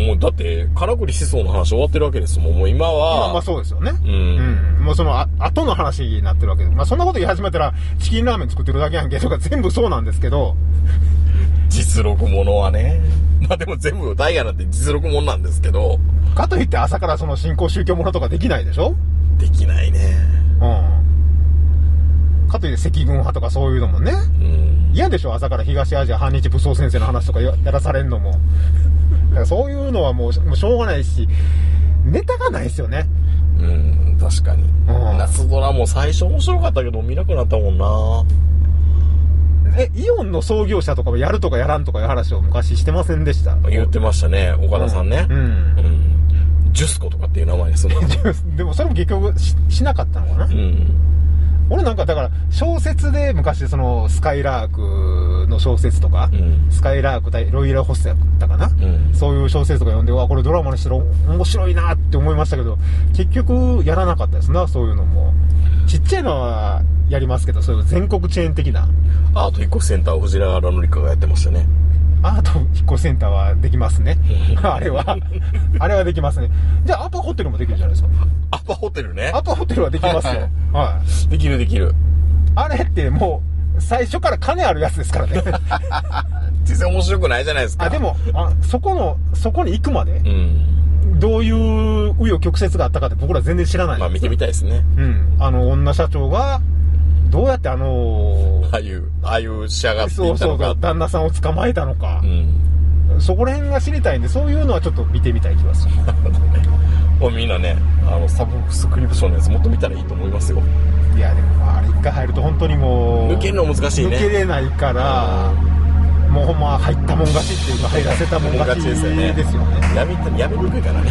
Speaker 2: もうだって金栗思想の話終わってるわけですもんもう今
Speaker 3: まあ
Speaker 2: は
Speaker 3: まあそうですよね。
Speaker 2: ん
Speaker 3: うん。もうその、あ、後の話になってるわけで。まあそんなこと言い始めたら、チキンラーメン作ってるだけやんけとか全部そうなんですけど、
Speaker 2: 実録ものはねまあでも全部大河なんて実録もんなんですけど
Speaker 3: かといって朝からその新興宗教ものとかできないでしょ
Speaker 2: できないね
Speaker 3: うん。かといって赤軍派とかそういうのもね。
Speaker 2: うん
Speaker 3: 嫌でしょ朝から東アジア反日武装先生の話とかややらされんのも。だからそういうのはもう、もうしょうがないし、ネタがないですよね。
Speaker 2: うん確かに、
Speaker 3: ん
Speaker 2: 夏ドラも最初面白かったけど見なくなったもんな
Speaker 3: え、イオンの創業者とかもやるとかやらんとかいう話を昔してませんでした
Speaker 2: 言ってましたね岡田さんね
Speaker 3: う。
Speaker 2: うんん、ジュスコとかっていう名前です もん
Speaker 3: でもそれも結局ししなかったのかな
Speaker 2: うん
Speaker 3: 俺なんかだから小説で昔そのスカイラークの小説とか、
Speaker 2: うん
Speaker 3: スカイラーク対ロイヤルホストやったかな、
Speaker 2: ん
Speaker 3: そういう小説とか読んでうわこれドラマにしたら面白いなって思いましたけど結局やらなかったですなそういうのもちっちゃいのはやりますけどそういう全国チェーン的な
Speaker 2: アート一個センターを藤原紀香がやってましたね
Speaker 3: アート引っ越しセンターはできますねあれはあれはできますねじゃあアパホテルもできるじゃないですか
Speaker 2: アパホテルね
Speaker 3: アパホテルはできます
Speaker 2: はい
Speaker 3: よ、
Speaker 2: はい
Speaker 3: はい
Speaker 2: できるできる
Speaker 3: あれってもう、最初から金あるやつですから ね。
Speaker 2: 実際面白くないじゃないですか
Speaker 3: あ、でも、あ、そこの、そこに行くまで
Speaker 2: う、ん
Speaker 3: どういう紆余曲折があったかって僕ら全然知らない。
Speaker 2: まあ見てみたいですね
Speaker 3: うん。あの、女社長が、どうやってあ の、
Speaker 2: ああいうああいう仕上がってい
Speaker 3: そ
Speaker 2: っ
Speaker 3: う
Speaker 2: た
Speaker 3: そ
Speaker 2: の
Speaker 3: う
Speaker 2: か
Speaker 3: そう、旦那さんを捕まえたのか
Speaker 2: う、ん
Speaker 3: そこら辺が知りたいんで、そういうのはちょっと見てみたい気がする。
Speaker 2: もうみんなねあのサブスクリプションのやつもっと見たらいいと思いますよ
Speaker 3: いや、でも、まああれ一回入ると本当にもう、
Speaker 2: 抜けるの難しいね
Speaker 3: 抜けれないから、もうほんま入ったもん勝ちっていうか、入らせたもん勝ちですよね。
Speaker 2: やめたやめにくいからね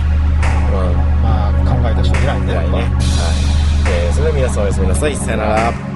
Speaker 3: まあ、考えた人偉い
Speaker 2: うん
Speaker 3: ね。
Speaker 2: 偉いねは
Speaker 3: やっぱ
Speaker 2: い、えーそれでは皆さんおやすみなさいさよなら